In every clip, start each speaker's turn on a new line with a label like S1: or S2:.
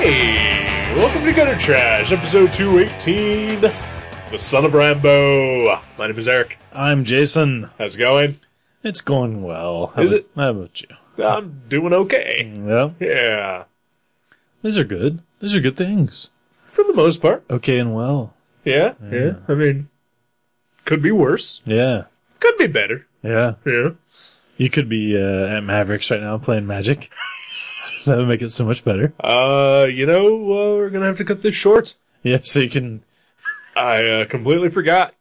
S1: Hey, welcome to Gutter Trash, episode 218, The Son of Rambo. My name is Eric.
S2: I'm Jason.
S1: How's it going?
S2: It's going well. How
S1: Is
S2: about-
S1: it?
S2: How about you?
S1: I'm doing okay.
S2: Yeah,
S1: Yeah,
S2: these are good. These are good things.
S1: for the most part.
S2: Okay and well.
S1: Yeah, yeah. I mean, could be worse,
S2: Yeah,
S1: could be better.
S2: yeah.
S1: Yeah.
S2: You could be uh, at Mavericks right now playing Magic. that would make it so much better.
S1: Uh, you know, uh, we're gonna have to cut this short.
S2: Yeah, so you can.
S1: I uh, completely forgot.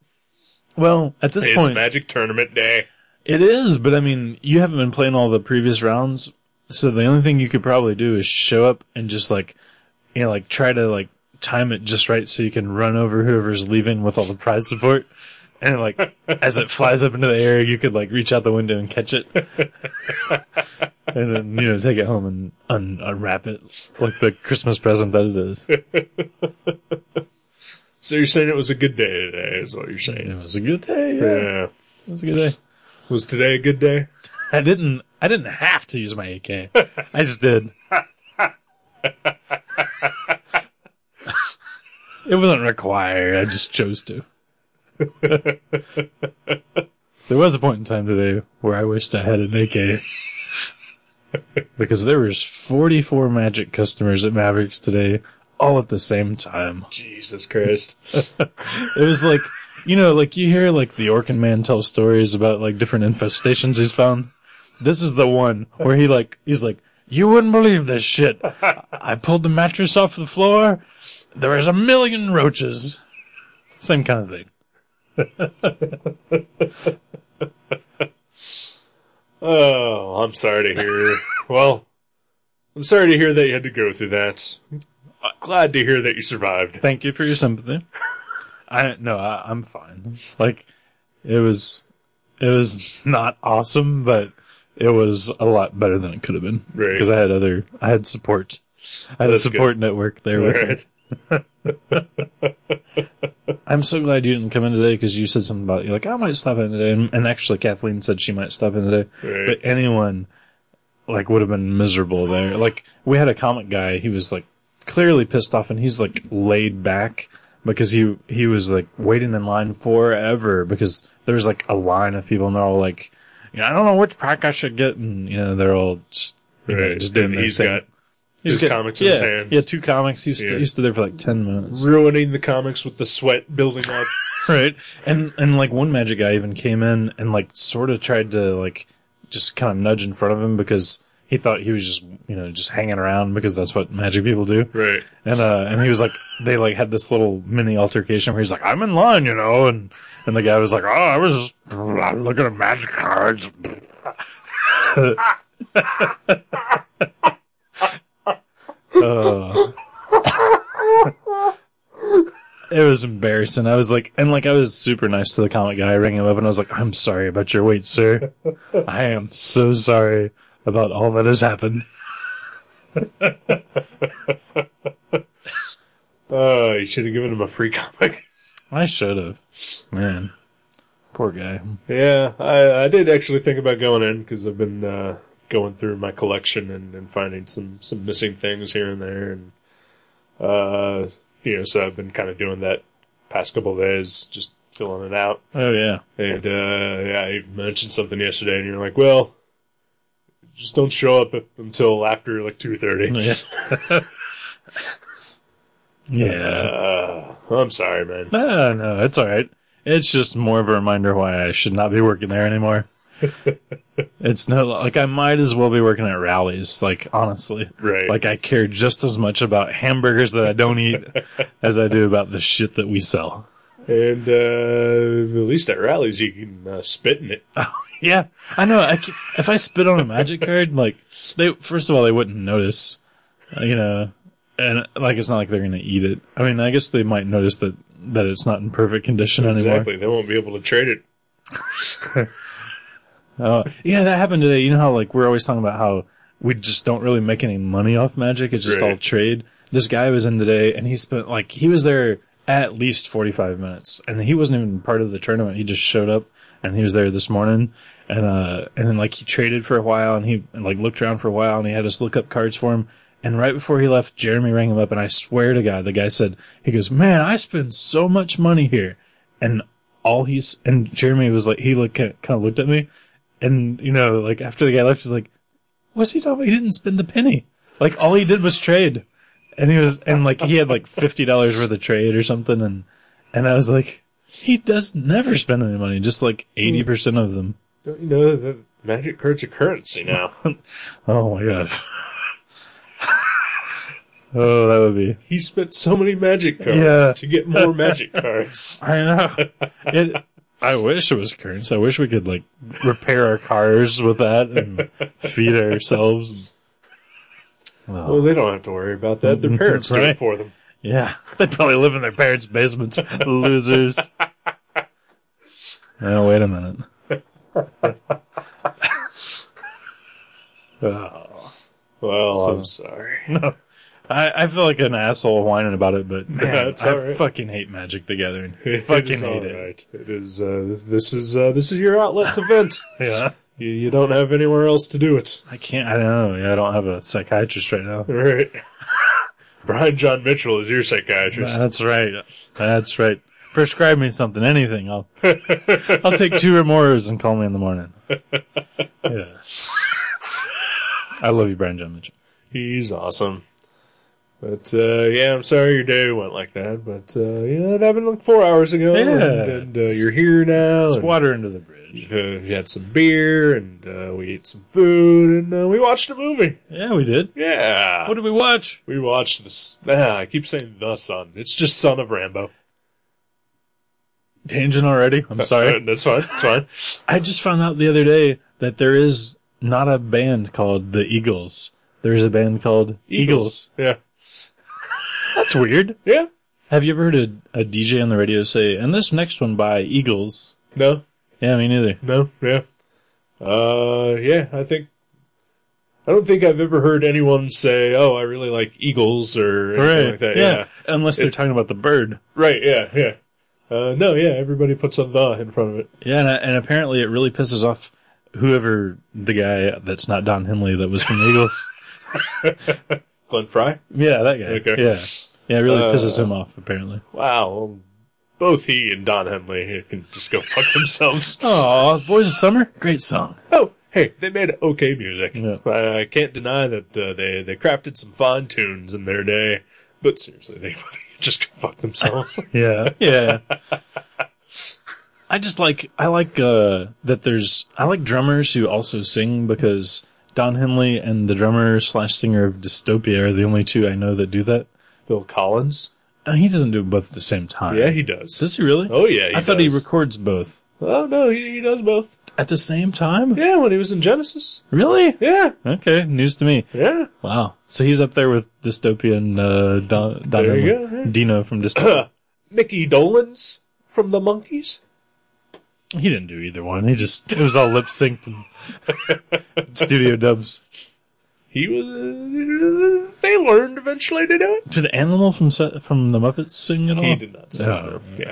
S2: Well, at this
S1: it's
S2: point,
S1: Magic Tournament Day.
S2: it is. But I mean, you haven't been playing all the previous rounds, so the only thing you could probably do is show up and just like, you know, like try to like time it just right so you can run over whoever's leaving with all the prize support. And like, as it flies up into the air, you could like reach out the window and catch it, and then you know take it home and un- unwrap it like the Christmas present that it is.
S1: So you're saying it was a good day today, is what you're saying.
S2: It was a good day. Yeah,
S1: Yeah.
S2: it was a good day.
S1: Was today a good day?
S2: I didn't. I didn't have to use my AK. I just did. it wasn't required. I just chose to. there was a point in time today where I wished I had an AK because there was 44 Magic customers at Mavericks today, all at the same time.
S1: Jesus Christ.
S2: It was like, you know, like you hear like the Orkin man tell stories about like different infestations he's found. This is the one where he like, he's like, you wouldn't believe this shit. I pulled the mattress off the floor. There was a million roaches. Same kind of thing.
S1: Oh, I'm sorry to hear. well, I'm sorry to hear that you had to go through that. I'm glad to hear that you survived.
S2: Thank you for your sympathy. I, no, I, I'm fine. Like, it was, it was not awesome, but it was a lot better than it could have been.
S1: Right.
S2: Because I had other, I had support. I had
S1: That's
S2: a support network there with me.
S1: Right.
S2: I'm so glad you didn't come in today because you said something about you're like I might stop in today, and, and actually Kathleen said she might stop in today.
S1: Right.
S2: But anyone like would have been miserable there. Like we had a comic guy, he was like clearly pissed off, and he's like laid back because he he was like waiting in line forever because there was like a line of people, and they're all like, you know, I don't know which pack I should get, and you know they're all just you know,
S1: Right.
S2: just doing
S1: And
S2: their
S1: he's
S2: thing.
S1: got
S2: He's
S1: his
S2: got-
S1: comics in
S2: yeah,
S1: his hands.
S2: Yeah, two comics. He was
S1: Yeah.
S2: he stood there for like ten minutes.
S1: ruining the comics with the sweat building up.
S2: right and and like one magic guy even came in and like sort of tried to like just kind of nudge in front of him because he thought he was just you know just hanging around because that's what magic people do
S1: right.
S2: and uh and he was like they like had this little mini altercation where he's like i'm in line you know and and the guy was like oh i was looking at magic cards Uh, it was embarrassing. I was like, and like, I was super nice to the comic guy. I rang him up and I was like, I'm sorry about your wait, sir. I am so sorry about all that has happened.
S1: Oh, you should have given him a free comic.
S2: I should have. Man. Poor guy.
S1: Yeah, I, I did actually think about going in because I've been uh, going through my collection and, and finding some, some missing things here and there, and uh, you know, so I've been kind of doing that past couple of days, just filling it out.
S2: Oh, yeah.
S1: And uh, yeah, you mentioned something yesterday, and you're like, "Well, just don't show up until after like two thirty.
S2: Yeah. yeah.
S1: Uh, I'm sorry, man.
S2: No, no, it's all right. It's just more of a reminder why I should not be working there anymore. it's no like I might as well be working at rallies. Like honestly,
S1: Right.
S2: Like I care just as much about hamburgers that I don't eat as I do about the shit that we sell.
S1: And uh, at least at rallies, you can uh, spit in it.
S2: Yeah, I know. I ca- if I spit on a magic card, like they first of all they wouldn't notice, uh, you know, and like it's not like they're gonna eat it. I mean, I guess they might notice that that it's not in perfect condition anymore.
S1: Exactly. They won't be able to trade it.
S2: Uh, yeah, that happened today. You know how like we're always talking about how we just don't really make any money off Magic. It's just
S1: Right.
S2: all trade. This guy was in today, and he spent like he was there at least forty five minutes, and he wasn't even part of the tournament. He just showed up, and he was there this morning, and uh, and then like he traded for a while, and he and, like looked around for a while, and he had us look up cards for him. And right before he left, Jeremy rang him up, and I swear to God, the guy said, he goes, "Man, I spend so much money here," and all he's and Jeremy was like, he looked kind of looked at me, and you know, like after the guy left, he's like, "What's he talking? about? He didn't spend a penny. Like all he did was trade, and he was and like he had like fifty dollars worth of trade or something, and and I was like, he does never spend any money, just like eighty percent of them.
S1: Don't you know that magic cards are currency now?
S2: Oh my god. oh, that would be.
S1: he spent so many magic cards
S2: Yeah.
S1: to get more magic cards.
S2: I know. It. I wish it was currency. I wish we could like repair our cars with that and feed ourselves. Well,
S1: Well, they don't have to worry about that. Their parents do
S2: Right.
S1: it for them.
S2: Yeah, they probably live in their parents' basements. Losers. Now Oh, wait a minute.
S1: Well,
S2: So-
S1: I'm sorry.
S2: I, I feel like an asshole whining about it, but man,
S1: That's
S2: I
S1: all right.
S2: fucking hate Magic the Gathering.
S1: It is
S2: fucking
S1: all
S2: hate it.
S1: right. It is. Uh, this is uh, this is your outlet's event.
S2: Yeah,
S1: You, you don't have anywhere else to do it.
S2: I can't. I don't know. Yeah, I don't have a psychiatrist right now.
S1: All right. Brian John Mitchell is your psychiatrist.
S2: That's right. That's right. Prescribe me something, anything. I'll I'll take two or more and call me in the morning. Yeah. I love you, Brian John Mitchell.
S1: He's awesome. But uh, yeah, I'm sorry your day went like that. But uh, yeah, it happened like four hours ago.
S2: Yeah.
S1: And, and uh, you're here now.
S2: It's
S1: and,
S2: water under the bridge.
S1: uh, we had some beer and uh, we ate some food and uh, we watched a movie.
S2: Yeah, we did.
S1: Yeah.
S2: What did we watch?
S1: we watched this. Ah, I keep saying the son. It's just Son of Rambo.
S2: Tangent already. I'm
S1: Uh,
S2: sorry.
S1: that's fine. That's fine.
S2: I just found out the other day that there is not a band called the Eagles. There is a band called Eagles.
S1: Yeah.
S2: That's weird.
S1: Yeah.
S2: Have you ever heard a, a DJ on the radio say, and this next one by Eagles?
S1: No.
S2: Yeah, me neither.
S1: No. Yeah. Uh. Yeah. I think. I don't think I've ever heard anyone say, "Oh, I really like Eagles" or anything like that. Yeah.
S2: Unless they're talking about the bird.
S1: Right. Yeah. Yeah. Uh, no. Yeah. Everybody puts a "the" in front of it.
S2: Yeah, and, and apparently it really pisses off whoever the guy that's not Don Henley that was from the Eagles.
S1: Glenn Fry.
S2: Yeah, that guy.
S1: Okay.
S2: Yeah. Yeah, it really
S1: Uh,
S2: pisses him off, apparently.
S1: Wow. Well, both he and Don Henley can just go fuck themselves.
S2: Oh, Boys of Summer? Great song.
S1: Oh, hey, they made okay music.
S2: Yeah.
S1: I, I can't deny that uh, they they crafted some fine tunes in their day. But seriously, they just go fuck themselves.
S2: Yeah. Yeah. I just like I like uh that there's I like drummers who also sing because Don Henley and the drummer slash singer of Dystopia are the only two I know that do that.
S1: Phil Collins.
S2: Uh, he doesn't do them both at the same time.
S1: Yeah, he does.
S2: does he really?
S1: Oh yeah, he
S2: I thought he
S1: does.
S2: records both
S1: oh no, he, he does both.
S2: at the same time.
S1: Yeah, when he was in Genesis.
S2: Really?
S1: Yeah,
S2: Okay, news to me.
S1: yeah.
S2: Wow. So he's up there with Dystopia and uh, Don, Don
S1: There you
S2: Henley.
S1: go, yeah.
S2: Dino from Dystopia.
S1: Mickey Dolans from the Monkees.
S2: He didn't do either one. He just it was all lip synced and studio dubs.
S1: He was. Uh, they learned eventually to do it.
S2: Did Animal from Se- from the Muppets sing at all?
S1: He did not. Say
S2: Oh.
S1: that. Yeah.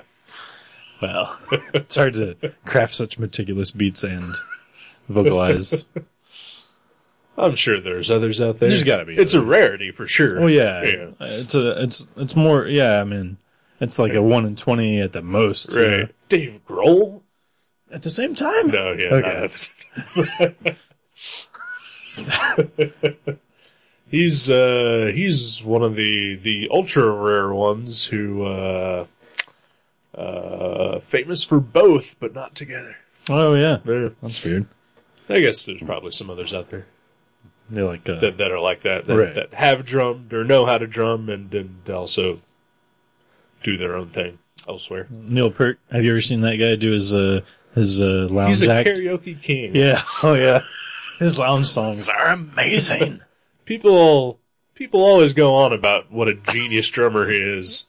S2: Well, it's hard to craft such meticulous beats and vocalize.
S1: I'm sure there's others out there.
S2: There's gotta be
S1: It's a rarity for sure.
S2: Oh yeah.
S1: Yeah.
S2: it's a it's it's more yeah. I mean, it's like a one in twenty at the most. you
S1: Right.
S2: know?
S1: Dave Grohl?
S2: At the same time.
S1: No, yeah.
S2: Okay.
S1: not that. he's uh he's one of the the ultra rare ones who uh uh famous for both but not together.
S2: Oh yeah.
S1: Yeah.
S2: That's weird.
S1: I guess there's probably some others out there
S2: They're like uh,
S1: that, that are like that that,
S2: Right.
S1: that have drummed or know how to drum and and also do their own thing elsewhere.
S2: Neil Peart. Have you ever seen that guy do his uh his uh lounge
S1: He's a
S2: act?
S1: karaoke king.
S2: Yeah. Oh yeah. His lounge songs are amazing.
S1: people people always go on about what a genius drummer he is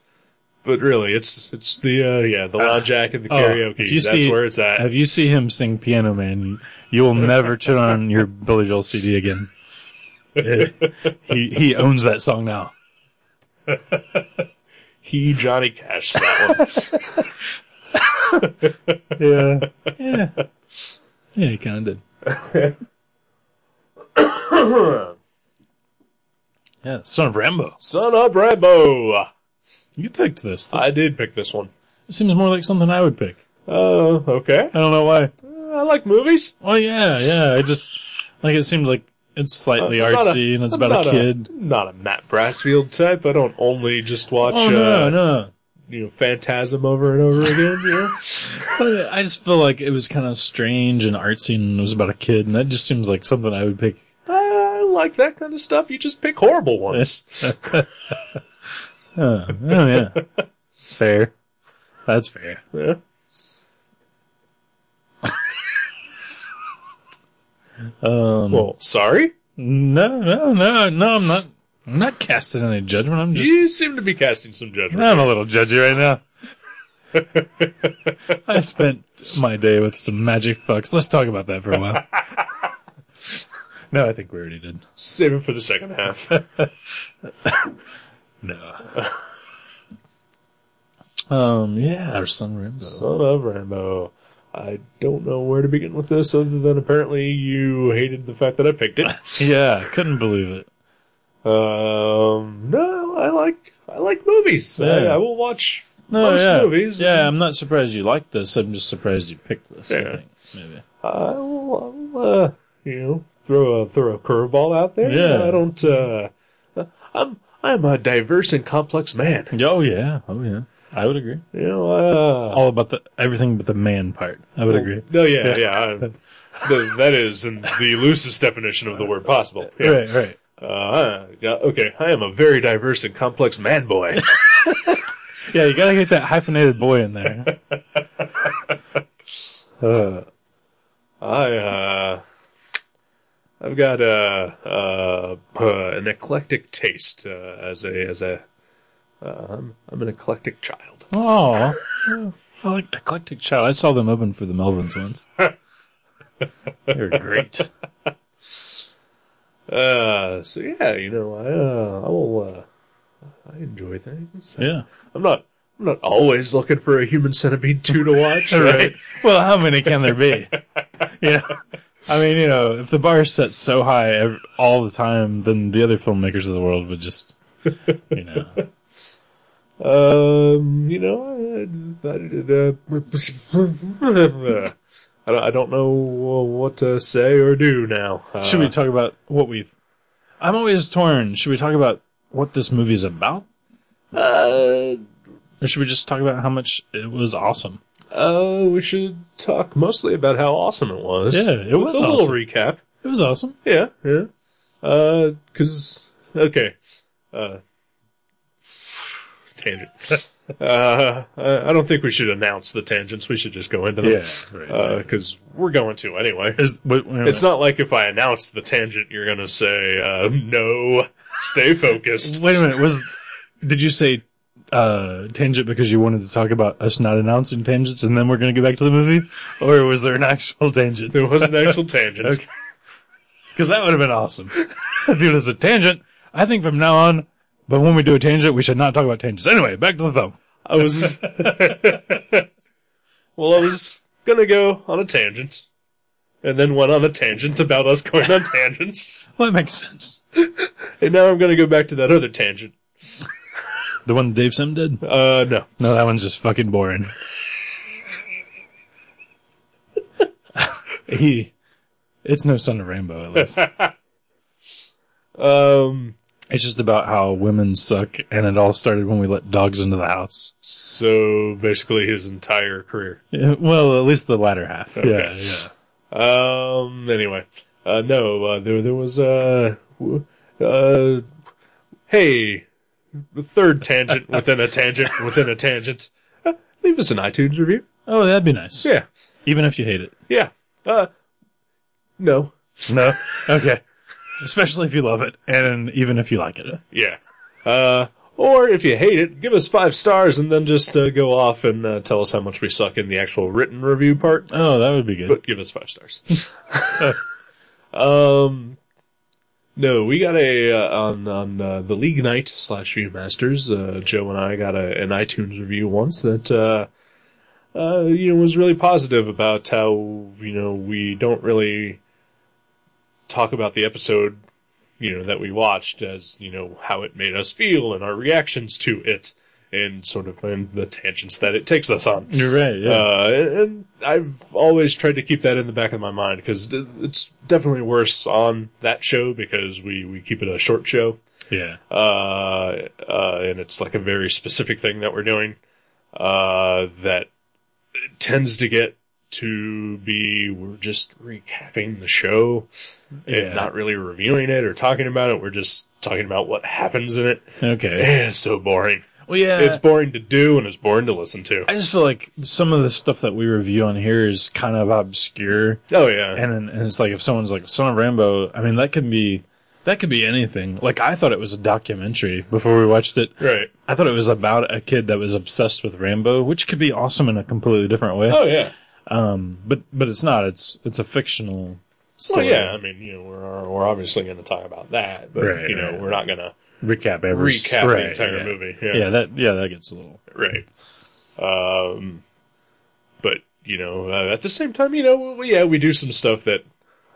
S1: But really, it's it's the uh, yeah the loud jack and the
S2: oh,
S1: karaoke.
S2: if you
S1: That's
S2: see-
S1: where it's at.
S2: Have you seen him sing Piano Man? You will never turn on your Billy Joel CD again. he he owns that song now.
S1: he Johnny Cash that one.
S2: Yeah, yeah, yeah. He kind of did. Yeah, son of Rambo.
S1: Son of Rambo.
S2: You picked this. this
S1: I did pick this one.
S2: it seems more like something I would pick.
S1: Oh, okay.
S2: I don't know why.
S1: I like movies.
S2: Well, Oh, yeah, yeah. I just like it seemed like it's slightly
S1: I'm not
S2: artsy
S1: a-
S2: and it's
S1: I'm not
S2: about a kid.
S1: not a Matt Brassfield type. I don't only just watch
S2: oh no,
S1: uh,
S2: no.
S1: you know Phantasm over and over again. You know?
S2: But I just feel like it was kind of strange and artsy and it was about a kid, and that just seems like something I would pick.
S1: I like that kind of stuff. You just pick horrible ones.
S2: Oh, oh yeah, fair. That's fair.
S1: Yeah.
S2: Um,
S1: Well, sorry.
S2: no, no, no, no. I'm not. I'm not casting any judgment. I'm just.
S1: You seem to be casting some judgment.
S2: I'm a little judgy right now. I spent my day with some magic fucks. Let's talk about that for a while. no, I think we already did.
S1: Save it for the second half.
S2: No. um. Yeah. Or Sun Rainbow.
S1: Son of Rambo. I don't know where to begin with this other than apparently you hated the fact that I picked it.
S2: Um, Yeah. Couldn't believe it.
S1: Um, no, I like I like movies. I,
S2: Yeah.
S1: I will watch
S2: No.
S1: most
S2: yeah.
S1: movies.
S2: Yeah. I'm not surprised you liked this. I'm just surprised you picked this. I
S1: Yeah.
S2: think maybe.
S1: I will, I will, uh, you know, throw a throw a curveball out there.
S2: Yeah.
S1: I don't. Uh, I'm I'm a diverse and complex man.
S2: Oh yeah. Oh yeah. I would agree.
S1: You know, uh,
S2: All about the everything but the man part. I would agree.
S1: No, yeah, yeah. I- th- that is in the loosest definition of the word possible. Yeah.
S2: Right. Right.
S1: Uh, yeah, okay, I am a very diverse and complex man boy.
S2: Yeah, you gotta get that hyphenated boy in there. Uh,
S1: I uh, I've got a uh, uh, an eclectic taste uh, as a as a uh, I'm I'm an eclectic child.
S2: oh, I like Eclectic Child. I saw them open for the Melvins once. they were great.
S1: Uh, so yeah, you know I uh, I will uh, I enjoy things.
S2: Yeah.
S1: I'm not I'm not always looking for a human centipede two to watch. right?
S2: Well, how many can there be? Yeah. I mean, you know, if the bar is set so high ev all the time, then the other filmmakers of the world would just, you know.
S1: Um, you know I, I, did, uh, I don't- I don't know what to say or do now. Uh,
S2: Should we talk about what we've? I'm always torn. Should we talk about what this movie is about,
S1: Uh,
S2: or should we just talk about how much it was awesome?
S1: uh, we should talk mostly about how awesome it was.
S2: Yeah, it
S1: With
S2: was
S1: a little
S2: awesome.
S1: recap.
S2: It was awesome.
S1: Yeah, yeah. Uh, cause okay, uh, tangent. uh, I I don't think we should announce the tangents. We should just go into them.
S2: Right.
S1: Uh, cause we're going to anyway.
S2: Is, wait, wait a
S1: It's not like if I announce the tangent, you're gonna say, uh, no, stay
S2: minute.
S1: focused.
S2: Wait a minute. Was did you say uh, tangent because you wanted to talk about us not announcing tangents and then we're going to go back to the movie, or was there an actual tangent?
S1: There was an actual tangent.
S2: Okay. Because that would have been awesome. if it was a tangent, I think from now on. But when we do a tangent, we should not talk about tangents. Anyway, back to the film.
S1: I was. well, I was gonna go on a tangent, and then went on a tangent about us going on tangents,
S2: Well, that makes sense.
S1: and now I'm gonna go back to that other tangent.
S2: The one Dave Sim did.
S1: Uh, no.
S2: No, that one's just fucking boring. he, it's no son of Rainbow at least.
S1: Um,
S2: It's just about how women suck, and it all started when we let dogs into the house.
S1: so basically his entire career.
S2: Yeah, Well, at least the latter half. Yeah, yeah.
S1: Um, anyway. Uh, no, uh, there, there was, uh, w- uh, hey, the third tangent within a tangent within a tangent. Uh, leave us an iTunes review.
S2: Oh, that'd be nice.
S1: Yeah.
S2: Even if you hate it.
S1: Yeah. Uh, no.
S2: No. Okay. Especially if you love it, and even if you like it.
S1: Yeah. Uh, Or if you hate it, give us five stars and then just uh, go off and uh, tell us how much we suck in the actual written review part.
S2: Oh, that would be good.
S1: But give us five stars. um, no, we got a uh, on on uh, the League Night slash View Masters. Uh, Joe and I got a, an iTunes review once that uh, uh, you know was really positive about how you know we don't really talk about the episode you know that we watched as you know how it made us feel and our reactions to it and sort of and the tangents that it takes us on.
S2: You're right. Yeah.
S1: Uh, and- and I've always tried to keep that in the back of my mind because it's definitely worse on that show because we, we keep it a short show.
S2: yeah.
S1: Uh, uh, and it's like a very specific thing that we're doing, uh, that tends to get to be, we're just recapping the show
S2: Yeah.
S1: and not really reviewing it or talking about it. We're just talking about what happens in it.
S2: Okay.
S1: Eh, It's so boring.
S2: Well, yeah.
S1: It's boring to do and it's boring to listen to.
S2: I just feel like some of the stuff that we review on here is kind of obscure,
S1: Oh yeah.
S2: and then- and it's like if someone's like Son of Rambo, I mean that can be that could be anything. Like I thought it was a documentary before we watched it.
S1: Right.
S2: I thought it was about a kid that was obsessed with Rambo, which could be awesome in a completely different way.
S1: Oh yeah.
S2: Um, but but it's not. It's it's a fictional
S1: So
S2: story.
S1: yeah, I mean, you know, we're we're obviously going to talk about that, but
S2: Right,
S1: you know,
S2: right.
S1: we're not going to
S2: recap every
S1: recap
S2: right,
S1: the entire
S2: yeah.
S1: movie.
S2: Yeah. that yeah that gets a little
S1: right. Um, but you know, uh, at the same time, you know, we, yeah, we do some stuff that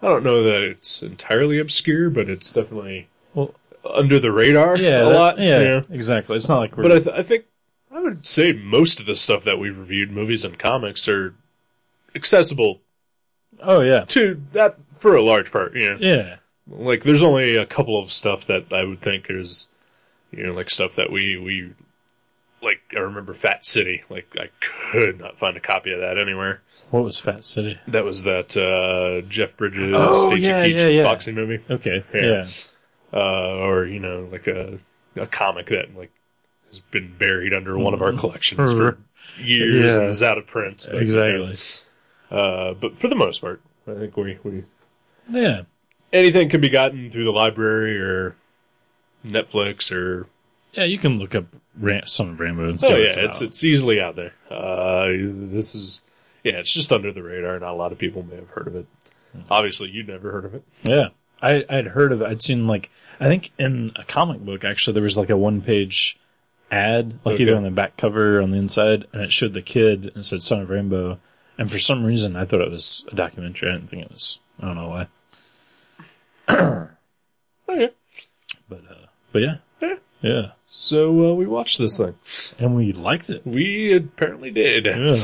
S1: I don't know that it's entirely obscure, but it's definitely
S2: well
S1: under the radar
S2: yeah
S1: a
S2: that-
S1: lot.
S2: yeah,
S1: you know.
S2: exactly. It's not like we're
S1: But I, th- I think I would say most of the stuff that we've reviewed, movies and comics, are accessible
S2: oh yeah
S1: to that for a large part. You know.
S2: yeah
S1: like there's only a couple of stuff that I would think is you know like stuff that we we like I remember Fat City like I could not find a copy of that anywhere.
S2: what was Fat City
S1: That was that uh Jeff Bridges
S2: Oh,
S1: Stacey
S2: yeah,
S1: Keach
S2: yeah, yeah.
S1: boxing movie
S2: okay
S1: Yeah.
S2: yeah.
S1: uh or you know like a a comic that like has been buried under one of our collections for years
S2: Mm-hmm. Yeah.
S1: and is out of print. but, you know,
S2: Exactly.
S1: uh but for the most part I think we we
S2: Yeah.
S1: anything can be gotten through the library or Netflix or
S2: Yeah, you can look up Ram- some of Rambo and see
S1: Oh
S2: what
S1: yeah,
S2: it's,
S1: it's
S2: about.
S1: it's easily out there. Uh, this is yeah, it's just under the radar. Not a lot of people may have heard of it.
S2: Hmm.
S1: Obviously, you'd never heard of it.
S2: yeah. I I'd heard of it. I'd seen like I think in a comic book actually there was like a one page ad like
S1: Okay.
S2: either on the back cover or on the inside and it showed the kid and it said Son of Rambo and for some reason I thought it was a documentary. I didn't think it was. I don't know why.
S1: Oh yeah,
S2: But uh but yeah.
S1: Yeah.
S2: Yeah.
S1: so uh, we watched this thing.
S2: And we liked it.
S1: We apparently did.
S2: Yeah.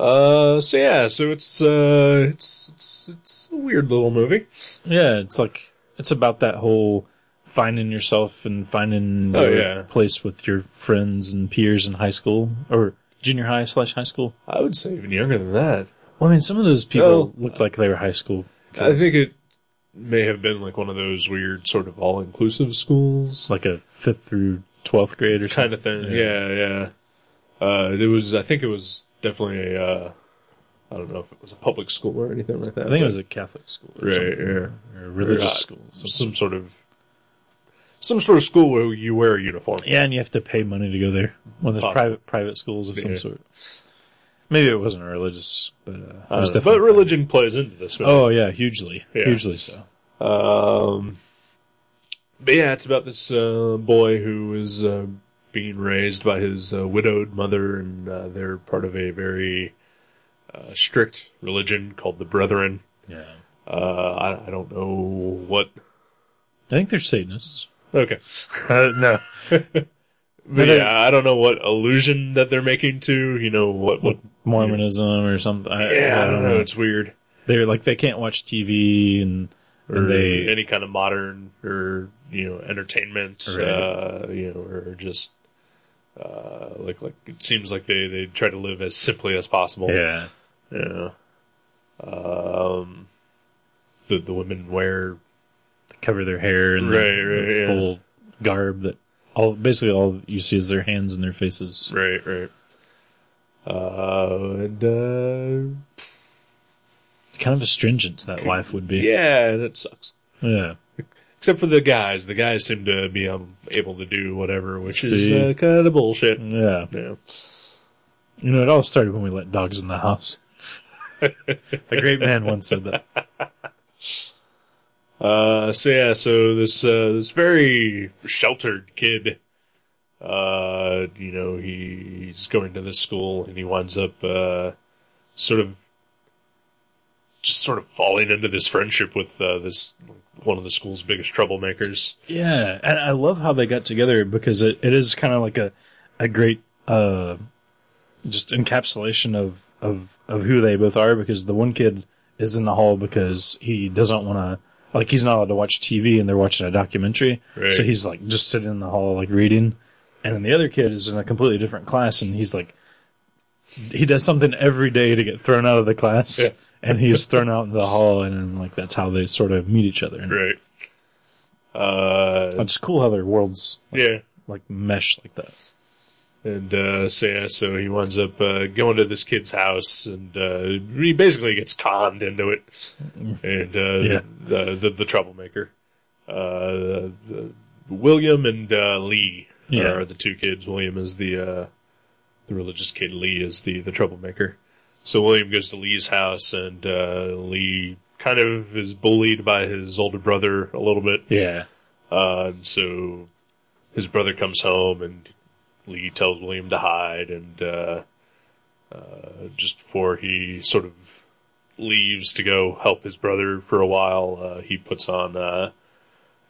S1: Uh, so yeah, so it's uh, it's it's it's a weird little movie.
S2: Yeah, it's like it's about that whole finding yourself and finding
S1: Oh,
S2: your
S1: yeah.
S2: place with your friends and peers in high school or junior high slash high school.
S1: I would say even younger than that.
S2: Well, I mean, some of those people
S1: Well,
S2: looked like they were high school.
S1: I
S2: kids.
S1: think it may have been like one of those weird sort of all inclusive schools.
S2: like a fifth through twelfth grade or something.
S1: kind of thing. Yeah, yeah. Uh, it was. I think it was definitely a. Uh, I don't know if it was a public school or anything like that.
S2: I think it was a Catholic school, or
S1: right.
S2: something,
S1: Yeah,
S2: or a religious
S1: Right.
S2: school.
S1: some,
S2: So-
S1: sort of. Some sort of school where you wear a uniform.
S2: yeah, and you have to pay money to go there. One of those
S1: Possible.
S2: private private schools of some
S1: Yeah.
S2: sort. Maybe it wasn't religious, but uh, it
S1: I
S2: was
S1: don't know,
S2: definitely
S1: but religion plays into this. Movie.
S2: Oh yeah, hugely,
S1: Yeah.
S2: hugely so.
S1: Um, but yeah, it's about this uh, boy who is uh, being raised by his uh, widowed mother, and uh, they're part of a very uh, strict religion called the Brethren.
S2: Yeah,
S1: Uh, I, I don't know what.
S2: I think they're Satanists.
S1: Okay.
S2: Uh, no.
S1: But yeah, I don't know what allusion that they're making to, you know, what, what,
S2: Mormonism or something. I,
S1: yeah, I don't know. It's weird.
S2: They're like they can't watch TV and,
S1: Or
S2: and they
S1: any kind of modern or, you know, entertainment,
S2: Right.
S1: uh, you know, or just, uh, like, like, it seems like they, they try to live as simply as possible.
S2: yeah
S1: Yeah. Um, the, the women wear,
S2: cover their hair and
S1: Right,
S2: the,
S1: right,
S2: the
S1: yeah.
S2: full garb that all basically all you see is their hands and their faces.
S1: right, right. Uh, and, uh,
S2: Kind of astringent that life would be.
S1: yeah, that sucks.
S2: Yeah.
S1: Except for the guys. The guys seem to be um, able to do whatever, which is
S2: See.
S1: uh, kind of bullshit.
S2: Yeah.
S1: Yeah.
S2: You know, it all started when we let dogs in the house. A great man once said that.
S1: Uh, so yeah, so this uh, this very sheltered kid, uh, you know, he, he's going to this school and he winds up uh, sort of just sort of falling into this friendship with uh, this one of the school's biggest troublemakers.
S2: Yeah, and I love how they got together because it, it is kind of like a a great uh, just encapsulation of of of who they both are because the one kid is in the hall because he doesn't want to like he's not allowed to watch TV and they're watching a documentary,
S1: Right.
S2: so he's like just sitting in the hall like reading, and then the other kid is in a completely different class and he's like he does something every day to get thrown out of the class.
S1: Yeah.
S2: And he is thrown out in the hall, and then, like that's how they sort of meet each other. And
S1: Right. Uh,
S2: It's cool how their worlds
S1: yeah.
S2: like mesh like that.
S1: And uh, so yeah, so he winds up uh, going to this kid's house, and uh, he basically gets conned into it, and uh,
S2: Mm-hmm. Yeah.
S1: the, the the troublemaker, uh, the, William and uh, Lee
S2: Yeah.
S1: are the two kids. William is the uh, the religious kid. Lee is the the troublemaker. So William goes to Lee's house, and uh, Lee kind of is bullied by his older brother a little bit.
S2: Yeah.
S1: Uh, and so his brother comes home and Lee tells William to hide. And uh, uh, just before he sort of leaves to go help his brother for a while, uh, he puts on uh,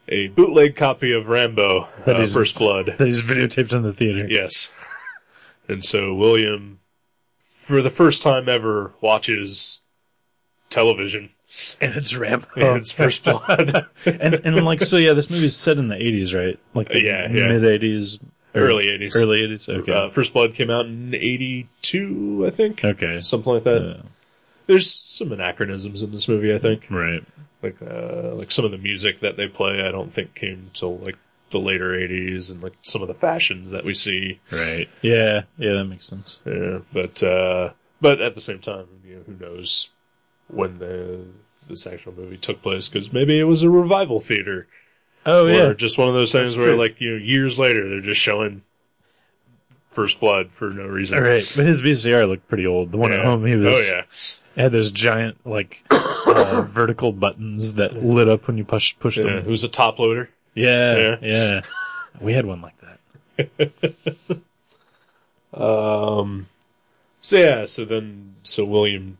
S1: a bootleg copy of Rambo
S2: That
S1: uh,
S2: is-
S1: First Blood.
S2: That he's videotaped in the theater.
S1: Yes. and so William, for the first time ever, watches television.
S2: And it's Rambo.
S1: And it's First Blood.
S2: and, and like, so yeah, this movie's set in the 80s, right? Like, the
S1: Uh, Yeah, yeah.
S2: mid 80s.
S1: Early 80s.
S2: Early 80s. Okay.
S1: Uh, First Blood came out in 82, I think.
S2: okay.
S1: something like that.
S2: Yeah.
S1: There's some anachronisms in this movie, I think.
S2: Right.
S1: Like uh, like some of the music that they play, I don't think came till like the later '80s, and like some of the fashions that we see.
S2: Right. Yeah. Yeah, that makes sense.
S1: Yeah, but uh, but at the same time, you know, who knows when the this actual movie took place? Because maybe it was a revival theater,
S2: Oh,
S1: or
S2: yeah.
S1: just one of those things where
S2: true.
S1: like you know years later they're just showing First Blood for no reason.
S2: Right. But his VCR looked pretty old. The one
S1: Yeah.
S2: at home, he was,
S1: oh yeah,
S2: had those giant, like, uh, vertical buttons that lit up when you push, push
S1: yeah.
S2: them.
S1: It was a top loader.
S2: Yeah.
S1: Yeah.
S2: Yeah. we had one like that.
S1: Um, so yeah, so then, so William,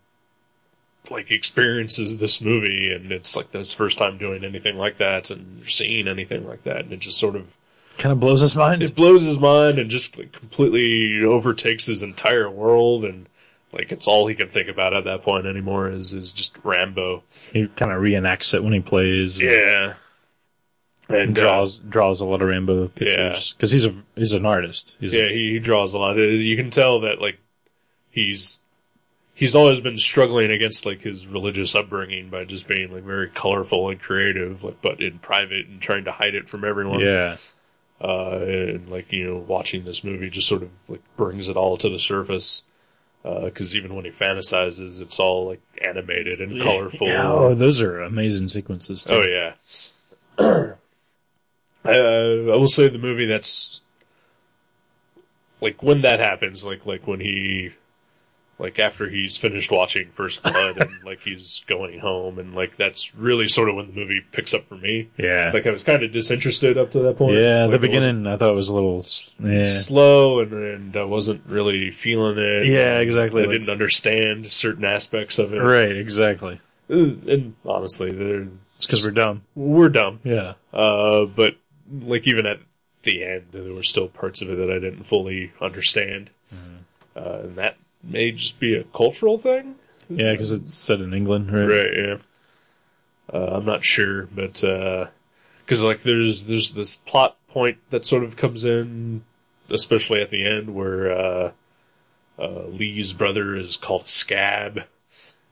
S1: like, experiences this movie, and it's like his first time doing anything like that, and seeing anything like that, and it just sort of,
S2: Kind of blows his mind.
S1: it blows his mind, and just like, completely overtakes his entire world, and like, it's all he can think about at that point anymore is, is just Rambo.
S2: he kind of reenacts it when he plays.
S1: Yeah.
S2: and
S1: And, uh,
S2: draws draws a lot of Rambo pictures because he's a he's an artist. He's
S1: Yeah, he, he draws a lot. Uh, You can tell that like he's he's always been struggling against like his religious upbringing by just being like very colorful and creative, like but in private and trying to hide it from
S2: a,
S1: everyone.
S2: yeah,
S1: Uh, and like you know, watching this movie just sort of like brings it all to the surface. Because even when he fantasizes, it's all like animated and colorful.
S2: Yeah, Oh, those are amazing sequences. Too.
S1: Oh yeah. I, Uh, I will say the movie that's like when that happens, like like when he, like after he's finished watching First Blood and like he's going home, and like that's really sort of when the movie picks up for me.
S2: yeah,
S1: Like I was kind of disinterested up to that point. Like,
S2: yeah. the
S1: it wasn't
S2: beginning I thought was a little s- yeah,
S1: slow, and and I wasn't really feeling it.
S2: yeah, exactly.
S1: I didn't understand certain aspects of it.
S2: right, exactly.
S1: And honestly, they're,
S2: It's because we're dumb.
S1: we're dumb.
S2: Yeah,
S1: Uh, but like even at the end, there were still parts of it that I didn't fully understand, uh, and that may just be a cultural thing,
S2: yeah, because it's set in England, right?
S1: right? Yeah, uh, I'm not sure, but because like there's there's this plot point that sort of comes in, especially at the end where uh, uh, Lee's brother is called Scab.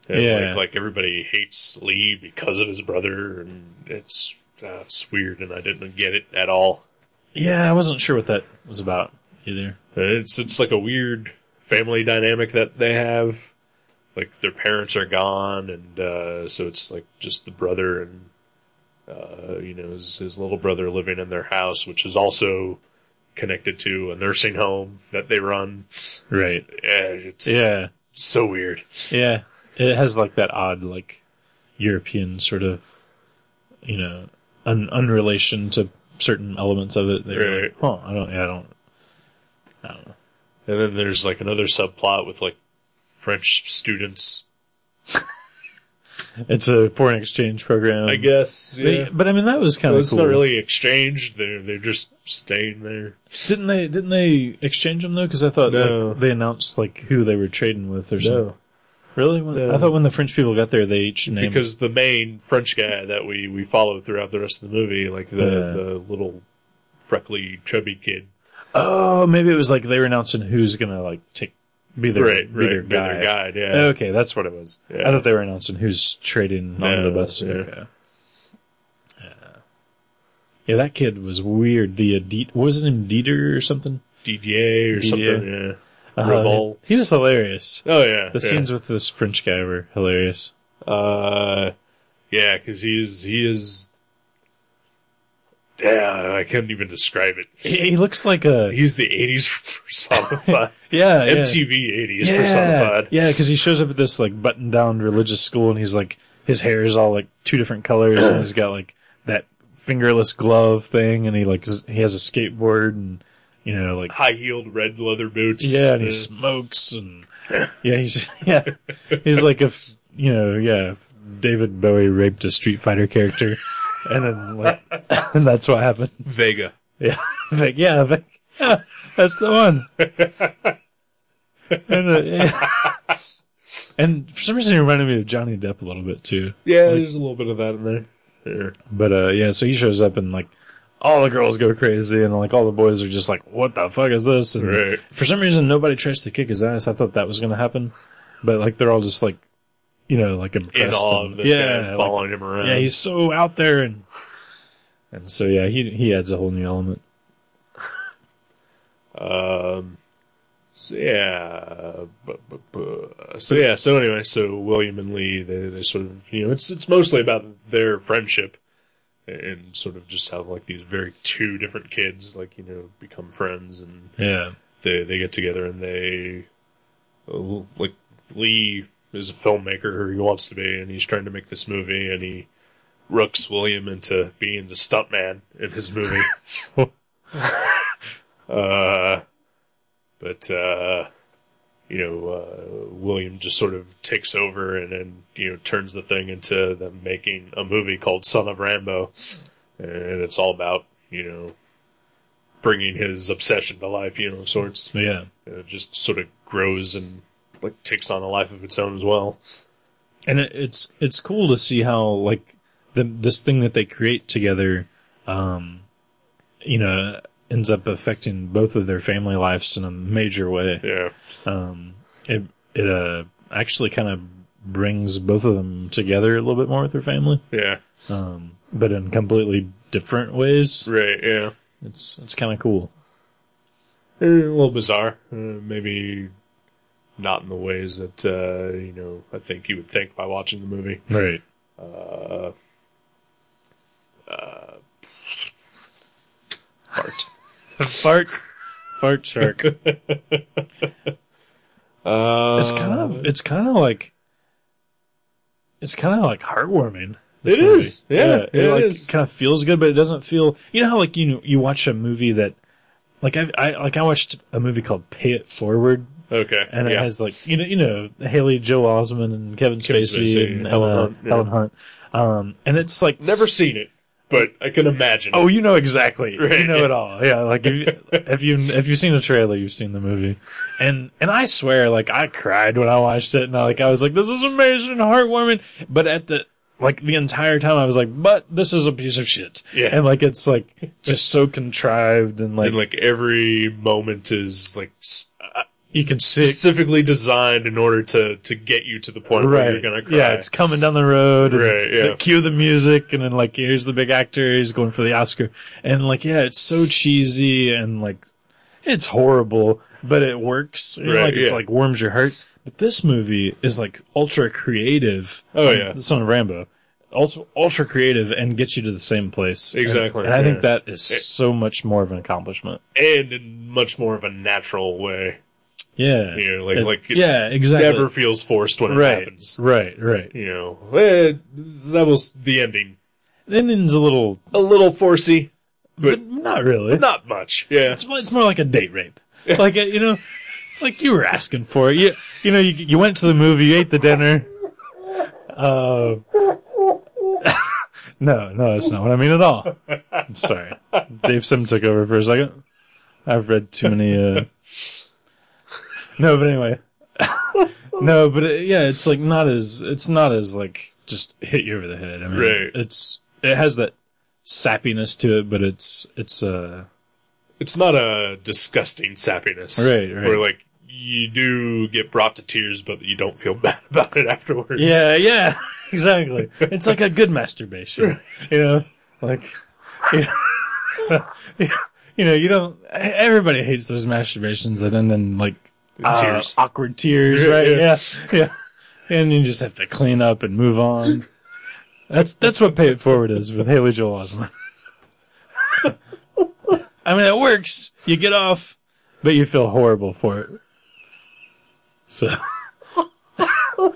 S1: And
S2: Yeah.
S1: like, like everybody hates Lee because of his brother, and it's uh, it's weird, and I didn't get it at all.
S2: Yeah, I wasn't sure what that was about either.
S1: It's it's like a weird family dynamic that they have. Like their parents are gone, and uh, so it's like just the brother and Uh, you know, his, his little brother living in their house, which is also connected to a nursing home that they run.
S2: Right.
S1: Yeah, it's
S2: Yeah.
S1: so weird.
S2: Yeah. It has like that odd, like European sort of, you know, un- unrelation to certain elements of it. that you're
S1: Right.
S2: like, Huh. I don't. Yeah, I don't. I don't know.
S1: And then there's like another subplot with like French students,
S2: It's a foreign exchange program.
S1: I guess.
S2: They-
S1: Yeah.
S2: But I mean, that was kind
S1: Well,
S2: of
S1: it's
S2: cool.
S1: not really exchanged. They're they're just staying there.
S2: Didn't they? Didn't they exchange them though? Because I thought like,
S1: No.
S2: they announced like who they were trading with or something. Really? When,
S1: No.
S2: I thought when the French people got there, they each named.
S1: because the main French guy that we we follow throughout the rest of the movie, like the
S2: Yeah.
S1: the little freckly chubby kid,
S2: oh, maybe it was like they were announcing who's gonna like take be their
S1: right,
S2: be
S1: right,
S2: their
S1: be their
S2: guy.
S1: guide, yeah.
S2: Okay, that's what it was.
S1: Yeah.
S2: I thought they were announcing who's trading on
S1: No,
S2: the bus.
S1: yeah.
S2: Okay. Yeah. Yeah, that kid was weird. The uh, Det- what was his name Dieter or something?
S1: DDA or
S2: DDA.
S1: something, yeah.
S2: Uh,
S1: Revol.
S2: he was hilarious.
S1: Oh yeah,
S2: The
S1: yeah.
S2: scenes with this French guy were hilarious.
S1: uh, yeah, because he is he is. Yeah, I can't even describe it.
S2: He, he looks like a
S1: He's the '80s personified,
S2: yeah, yeah.
S1: MTV '80s
S2: yeah.
S1: personified.
S2: Yeah, because he shows up at this like button-down religious school, and he's like, his hair is all like two different colors, and he's got like that fingerless glove thing, and he like s- he has a skateboard, and you know like
S1: high heeled red leather boots.
S2: yeah, and he smokes, and yeah, he's yeah, he's like if you know yeah, if David Bowie raped a Street Fighter character, and then like, and that's what happened.
S1: Vega.
S2: Yeah, like yeah, like, yeah, that's the one. and, uh, yeah. and for some reason, it reminded me of Johnny Depp a little bit too.
S1: Yeah, there's a little bit of that in there. Yeah.
S2: But uh, yeah, so he shows up and like all the girls go crazy, and like all the boys are just like, "What the fuck is this?" And
S1: Right.
S2: for some reason, nobody tries to kick his ass. I thought that was gonna happen, but like they're all just like, you know, like impressed.
S1: In awe
S2: and-
S1: of this
S2: yeah,
S1: guy
S2: like,
S1: following him around.
S2: yeah, he's so out there, and and so yeah, he he adds a whole new element.
S1: um, so yeah, bu- bu- bu- so yeah, so anyway, so William and Lee, they they sort of you know it's it's mostly about their friendship and sort of just how like these very two different kids like you know become friends and
S2: Yeah.
S1: they they get together and they uh, like Lee is a filmmaker or he wants to be and he's trying to make this movie and he rooks William into being the stuntman in his movie. uh but uh you know, uh, William just sort of takes over and then, you know, turns the thing into them making a movie called Son of Rambo. And it's all about, you know, bringing his obsession to life, you know, of sorts
S2: Yeah.
S1: it uh, just sort of grows and like takes on a life of its own as well.
S2: and it, it's it's cool to see how like the, this thing that they create together, um, you know, ends up affecting both of their family lives in a major way.
S1: Yeah,
S2: Um, it it uh, actually kind of brings both of them together a little bit more with their family,
S1: yeah,
S2: um, but in completely different ways.
S1: right, yeah.
S2: It's it's kind of cool.
S1: Eh, A little bizarre, uh, maybe not in the ways that uh, you know I think you would think by watching the movie.
S2: Right. Uh,
S1: Part.
S2: Fart. Fart shark.
S1: Uh,
S2: It's kind of it's kind of like it's kind of like heartwarming. this
S1: It
S2: movie.
S1: is. Yeah,
S2: it,
S1: it
S2: like
S1: is.
S2: kind of feels good, but it doesn't feel. You know how like you know, you watch a movie that like I, I like I watched a movie called Pay It Forward,
S1: okay,
S2: and it
S1: yeah.
S2: has like you know you know Haley Joel Osment and Kevin
S1: Kevin
S2: Spacey,
S1: Spacey, Helen
S2: and Helen,
S1: Hunt, yeah.
S2: Helen Hunt, um, and it's like
S1: never
S2: s-
S1: seen it, but I can imagine.
S2: Oh, you know exactly.
S1: Right,
S2: You know
S1: yeah.
S2: it all. Yeah, like if you, if you if you've seen the trailer, you've seen the movie. And and I swear, like I cried when I watched it, and I like I was like, this is amazing, heartwarming. But at the like the entire time, I was like, but this is a piece of shit.
S1: Yeah.
S2: and like it's like just so contrived, and like,
S1: and like every moment is like s- uh,
S2: you can see.
S1: specifically designed in order to to get you to the point where you're
S2: Right.
S1: gonna cry.
S2: Yeah, it's coming down the road. and
S1: Right, yeah.
S2: the- Cue the music, and then like here's the big actor. He's going for the Oscar, and like yeah, it's so cheesy and like it's horrible, but it works. You know,
S1: Right,
S2: like it's
S1: yeah.
S2: like warms your heart. But this movie is like ultra creative.
S1: Oh, yeah.
S2: the Son of Rambo ultra, ultra creative and get you to the same place. And-
S1: Exactly,
S2: And, I think
S1: yeah.
S2: that is so much more of an accomplishment.
S1: and in much more of a natural way.
S2: Yeah.
S1: You know, like-
S2: It-
S1: like it
S2: yeah, exactly.
S1: Never feels forced when it
S2: right.
S1: happens.
S2: Right. Right.
S1: You know, eh, that was the ending.
S2: The ending's a little,
S1: A little forcey,
S2: but
S1: But-
S2: not really.
S1: not much. Yeah,
S2: It's, it's more like a date rape. Like uh, you know, like you were asking for it. You you know you you went to the movie, you ate the dinner. Uh, no, no, that's not what I mean at all. I'm sorry, Dave Sim took over for a second. I've read too many. Uh... No, but anyway, no, but uh yeah, it's like not as it's not as like just hit you over the head. I mean,
S1: Right.
S2: it's it has that sappiness to it, but it's it's uh
S1: it's not a disgusting sappiness.
S2: Right, right.
S1: Where like you do get brought to tears, but you don't feel bad about it afterwards.
S2: Yeah, yeah, exactly. It's like a good masturbation, you know. Like, you know, you know, you don't. Everybody hates those masturbations that end in like uh,
S1: tears.
S2: awkward tears,
S1: Yeah,
S2: right? Yeah.
S1: yeah.
S2: yeah, And you just have to clean up and move on. That's that's what pay it forward is with Haley Joel Osment. I mean, it works. You get off, but you feel horrible for it. So.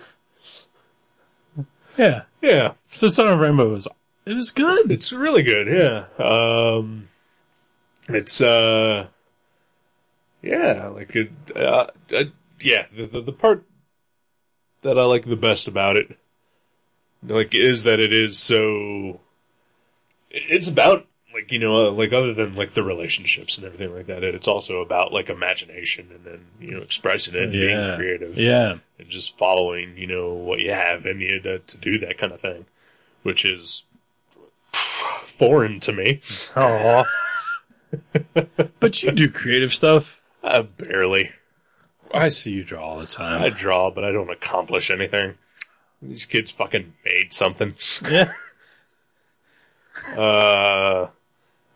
S2: yeah.
S1: yeah.
S2: So Son of Rainbow was it was good.
S1: It's really good, yeah. Um, it's uh, yeah, like it, uh, uh, yeah. The, the the part that I like the best about it, like, is that it is so. It's about like you know, uh, like other than like the relationships and everything like that, it's also about like imagination and then you know expressing it, and being creative,
S2: Yeah.
S1: and just following, you know, what you have in you to, to do that kind of thing, which is foreign to me.
S2: Oh. but you do creative stuff.
S1: Uh, barely.
S2: I see you draw all the
S1: I
S2: time.
S1: draw, but I don't accomplish anything. These kids fucking made something.
S2: yeah.
S1: Uh,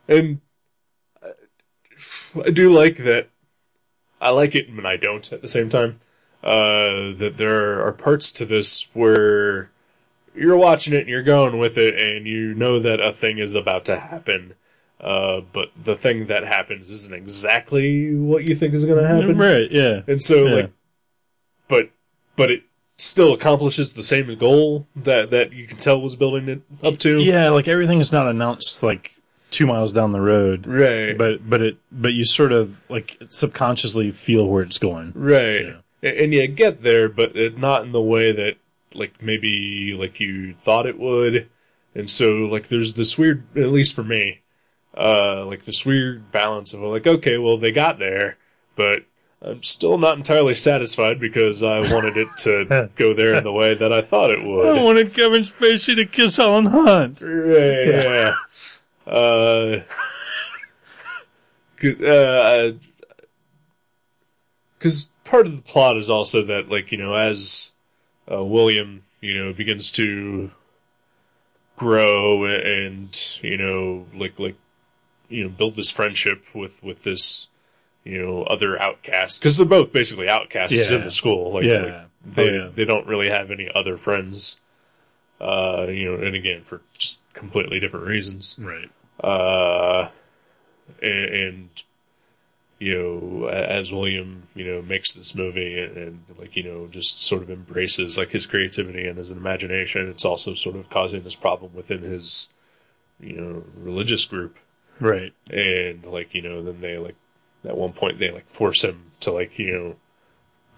S1: and I- I do like that. I like it when I don't at the same time. Uh, that there are parts to this where you're watching it and you're going with it and you know that a thing is about to happen. Uh, but the thing that happens isn't exactly what you think is going to happen.
S2: Right. Yeah.
S1: And so
S2: Yeah.
S1: like but but it still accomplishes the same goal that that you can tell was building it up to.
S2: Yeah. Like everything is not announced like two miles down the road,
S1: Right.
S2: but but it but you sort of like subconsciously feel where it's going.
S1: right.
S2: Yeah.
S1: And, and you get there but it, not in the way that like maybe like you thought it would. And so like there's this weird at least for me uh like this weird balance of like okay, well they got there, but I'm still not entirely satisfied because I wanted it to go there in the way that I thought it would.
S2: wanted Kevin Spacey to kiss Helen Hunt.
S1: Yeah. yeah. Uh, 'cause, uh, 'cause part of the plot is also that, like, you know, as uh, William, you know, begins to grow and, you know, like, like, you know, build this friendship with, with this, you know, other outcast. Cause they're both basically outcasts
S2: Yeah.
S1: in the school. Like,
S2: Yeah.
S1: like, they,
S2: Oh, yeah.
S1: they don't really have any other friends. Uh, you know, and again, for just completely different reasons.
S2: Right.
S1: Uh, and, and you know, a- as William, you know, makes this movie and, and like you know, just sort of embraces like his creativity and his imagination. It's also sort of causing this problem within his, you know, religious group
S2: Right.
S1: and like you know then they like at one point they like force him to like you know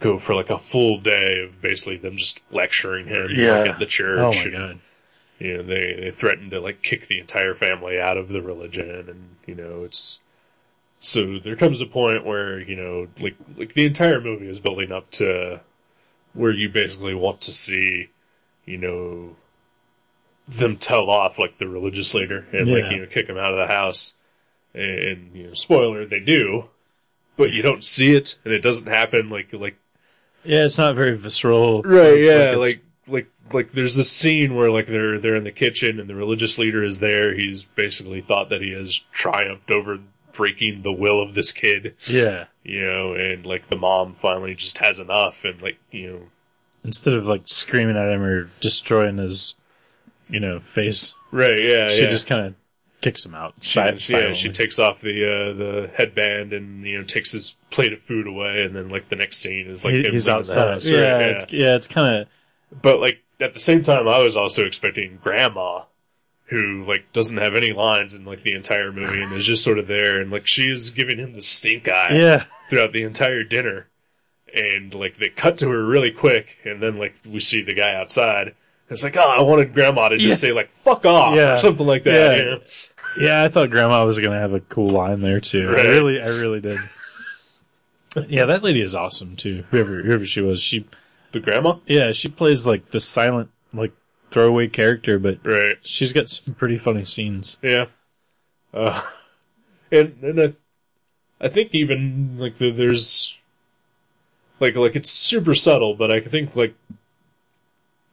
S1: go for like a full day of basically them just lecturing him
S2: Yeah.
S1: like, at the church
S2: Oh my
S1: and,
S2: god.
S1: you know they they threaten to like kick the entire family out of the religion and you know it's so there comes a point where you know like like the entire movie is building up to where you basically want to see you know them tell off like the religious leader and
S2: Yeah.
S1: like you know kick him out of the house and, and you know spoiler they do but you don't see it and it doesn't happen like like
S2: Yeah, it's not very visceral.
S1: Right, yeah,
S2: it's-
S1: like like like there's this scene where like they're they're in the kitchen and the religious leader is there. He's basically thought that he has triumphed over breaking the will of this kid,
S2: Yeah.
S1: you know, and like the mom finally just has enough and like, you know,
S2: instead of like screaming at him or destroying his you know, face.
S1: Right. Yeah.
S2: She
S1: yeah.
S2: just kind of kicks him out.
S1: She-
S2: si-
S1: yeah,
S2: silently.
S1: she takes off the uh, the headband and you know takes his plate of food away, and then like the next scene is like
S2: He-
S1: him
S2: he's
S1: leaving the
S2: outside.
S1: house,
S2: Yeah,
S1: right?
S2: it's yeah, it's kind of
S1: But like at the same time, I was also expecting Grandma, who like doesn't have any lines in like the entire movie and is just sort of there, and like she is giving him the stink eye
S2: yeah.
S1: throughout the entire dinner. And like they cut to her really quick, and then like we see the guy outside. It's like, oh, I wanted Grandma to just
S2: Yeah.
S1: say like "fuck off"
S2: Yeah.
S1: or something like that.
S2: Yeah.
S1: you know?
S2: Yeah, I thought Grandma was gonna have a cool line there too.
S1: Right.
S2: I really, I really did. Yeah, that lady is awesome too. Whoever, whoever she was, she
S1: But Grandma,
S2: yeah, she plays like the silent, like throwaway character, but
S1: right?
S2: she's got some pretty funny scenes.
S1: Yeah. Uh, and and I, I think even like the, there's, like like it's super subtle, but I think like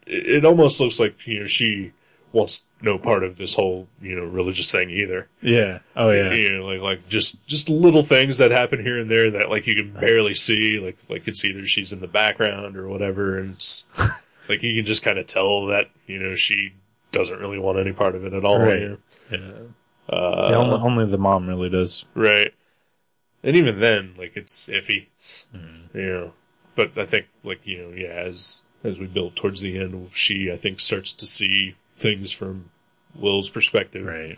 S1: it, it almost looks like you know she wants no part of this whole you know religious thing either.
S2: Yeah. Oh yeah.
S1: You know, like like just just little things that happen here and there that like you can barely see. Like like it's either she's in the background or whatever, and it's, like you can just kind of tell that you know she doesn't really want any part of it at all.
S2: Right.
S1: you know?
S2: yeah.
S1: Uh,
S2: Yeah, only, only the mom really does.
S1: Right. And even then, like it's iffy. You know. But I think like, you know, yeah, as as we build towards the end, she I think starts to see things from Will's perspective.
S2: Right.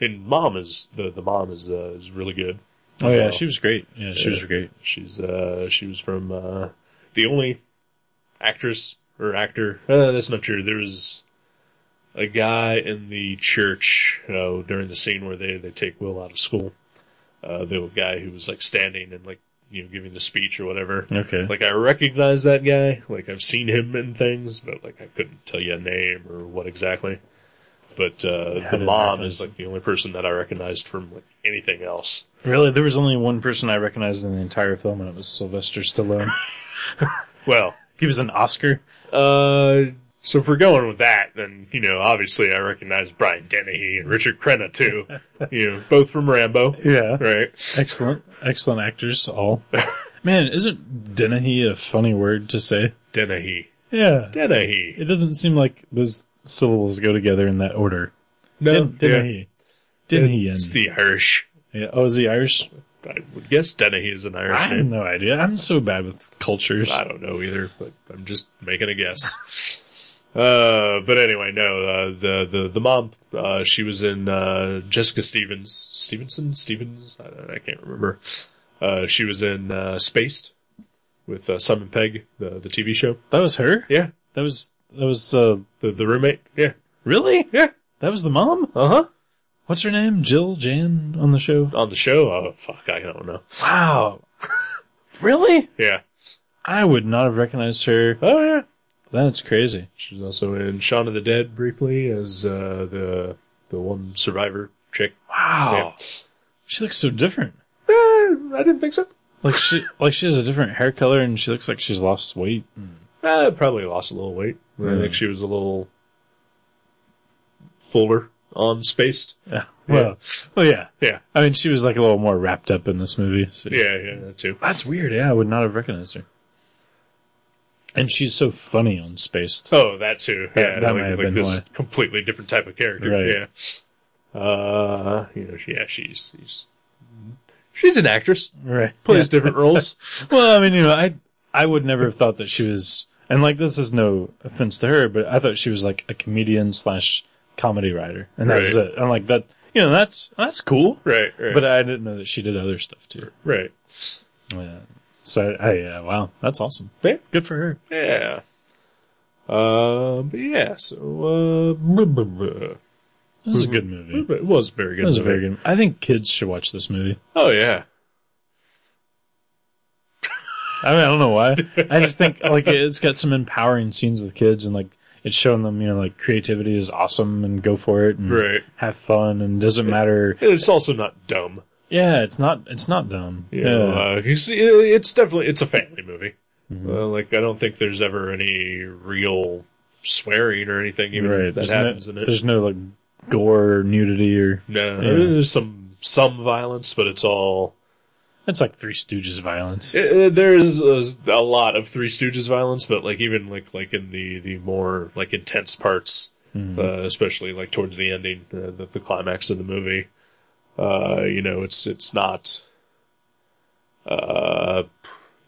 S1: And mom is the the mom is uh, is really good.
S2: Oh yeah,
S1: Well,
S2: she was great. Yeah, she was great.
S1: She's uh she was from uh the only actress or actor uh, that's not true. There was a guy in the church uh, during the scene where they, they take Will out of school. Uh, the guy who was like standing and like you know giving the speech or whatever.
S2: Okay.
S1: Like I recognize that guy. Like I've seen him in things, but like I couldn't tell you a name or what exactly. But uh,
S2: Yeah,
S1: the
S2: that
S1: mom
S2: happens.
S1: is like the only person that I recognized from like anything else.
S2: really, there was only one person I recognized in the entire film, and it was Sylvester Stallone.
S1: Well,
S2: he was an Oscar.
S1: Uh, so if we're going with that, then you know, obviously, I recognize Brian Dennehy and Richard Crenna too. you know, both from Rambo,
S2: Yeah.
S1: right?
S2: Excellent, excellent actors all. Man, isn't Dennehy a funny word to say?
S1: Dennehy,
S2: Yeah.
S1: Dennehy.
S2: It doesn't seem like those syllables go together in that order.
S1: No,
S2: Den- Dennehy. Dennehy.
S1: It's
S2: And,
S1: the Irish.
S2: yeah. Oh, is he Irish?
S1: I would guess Dennehy is an Irish
S2: I have
S1: name.
S2: no idea. I'm so bad with cultures.
S1: I don't know either, but I'm just making a guess. Uh, but anyway, no, uh, the, the, the mom, uh, she was in, uh, Jessica Stevens, Stevenson, Stevens, I, I can't remember. Uh, she was in, uh, Spaced with, uh, Simon Pegg, the, the TV show.
S2: That was her?
S1: Yeah.
S2: That was, that was, uh,
S1: The, the roommate. Yeah.
S2: really?
S1: Yeah.
S2: That was the mom?
S1: Uh huh.
S2: What's her name? Jill Jan on the show?
S1: On the show. Oh, fuck. I don't know.
S2: Wow. really?
S1: Yeah.
S2: I would not have recognized her.
S1: Oh, yeah.
S2: That's crazy.
S1: She was also in Shaun of the Dead briefly as, uh, the, the one survivor chick.
S2: Wow. She looks so different.
S1: Eh, I didn't think so.
S2: Like she, like she has a different hair color and she looks like she's lost weight.
S1: Uh, probably lost a little weight.
S2: Hmm.
S1: I think she was a little fuller on spaced.
S2: Yeah. Well, well, yeah.
S1: Yeah,
S2: I mean, she was like a little more wrapped up in this movie. so-
S1: yeah, yeah, that too.
S2: That's weird. Yeah, I would not have recognized her. And she's so funny on Spaced.
S1: Oh, that too.
S2: That-
S1: Yeah,
S2: that
S1: like,
S2: might have
S1: like
S2: been
S1: this
S2: why.
S1: completely different type of character.
S2: Right.
S1: Yeah. Uh, you know, she, yeah, she's she's she's an actress.
S2: Right.
S1: Plays different roles.
S2: Well, I mean, you know, I I would never have thought that she was. And like, this is no offense to her, but I thought she was like a comedian slash comedy writer, and that was
S1: Right.
S2: it. I'm like that. You know, that's that's cool.
S1: right, right,
S2: But uh, I didn't know that she did other stuff too.
S1: right.
S2: Yeah. So I, I yeah, wow, that's awesome.
S1: Yeah.
S2: Good for her.
S1: Yeah. Uh, but yeah. So uh, blah, blah, blah.
S2: It was a good movie.
S1: it was a very good.
S2: It Mm-hmm. was a
S1: movie.
S2: very good. I think kids should watch this movie.
S1: Oh yeah.
S2: I mean, I don't know why. I just think like it's got some empowering scenes with kids, and like it's showing them, you know, like creativity is awesome and go for it and
S1: Right.
S2: have fun and doesn't matter.
S1: It's also not dumb.
S2: Yeah, it's not it's not dumb.
S1: You
S2: Yeah,
S1: know, uh, you see, it- it's definitely it's a family movie.
S2: Mm-hmm.
S1: Uh, like I don't think there's ever any real swearing or anything even
S2: right.
S1: that
S2: There's
S1: happens
S2: no,
S1: in it.
S2: There's no like gore or nudity or
S1: no,
S2: yeah.
S1: there's some some violence, but it's all uh,
S2: it's like Three Stooges violence.
S1: it, it- there's a, a lot of Three Stooges violence, but like even like like in the the more like intense parts,
S2: Mm-hmm.
S1: uh, especially like towards the ending, uh, the, the climax of the movie. Uh, you know, it's it's not, uh,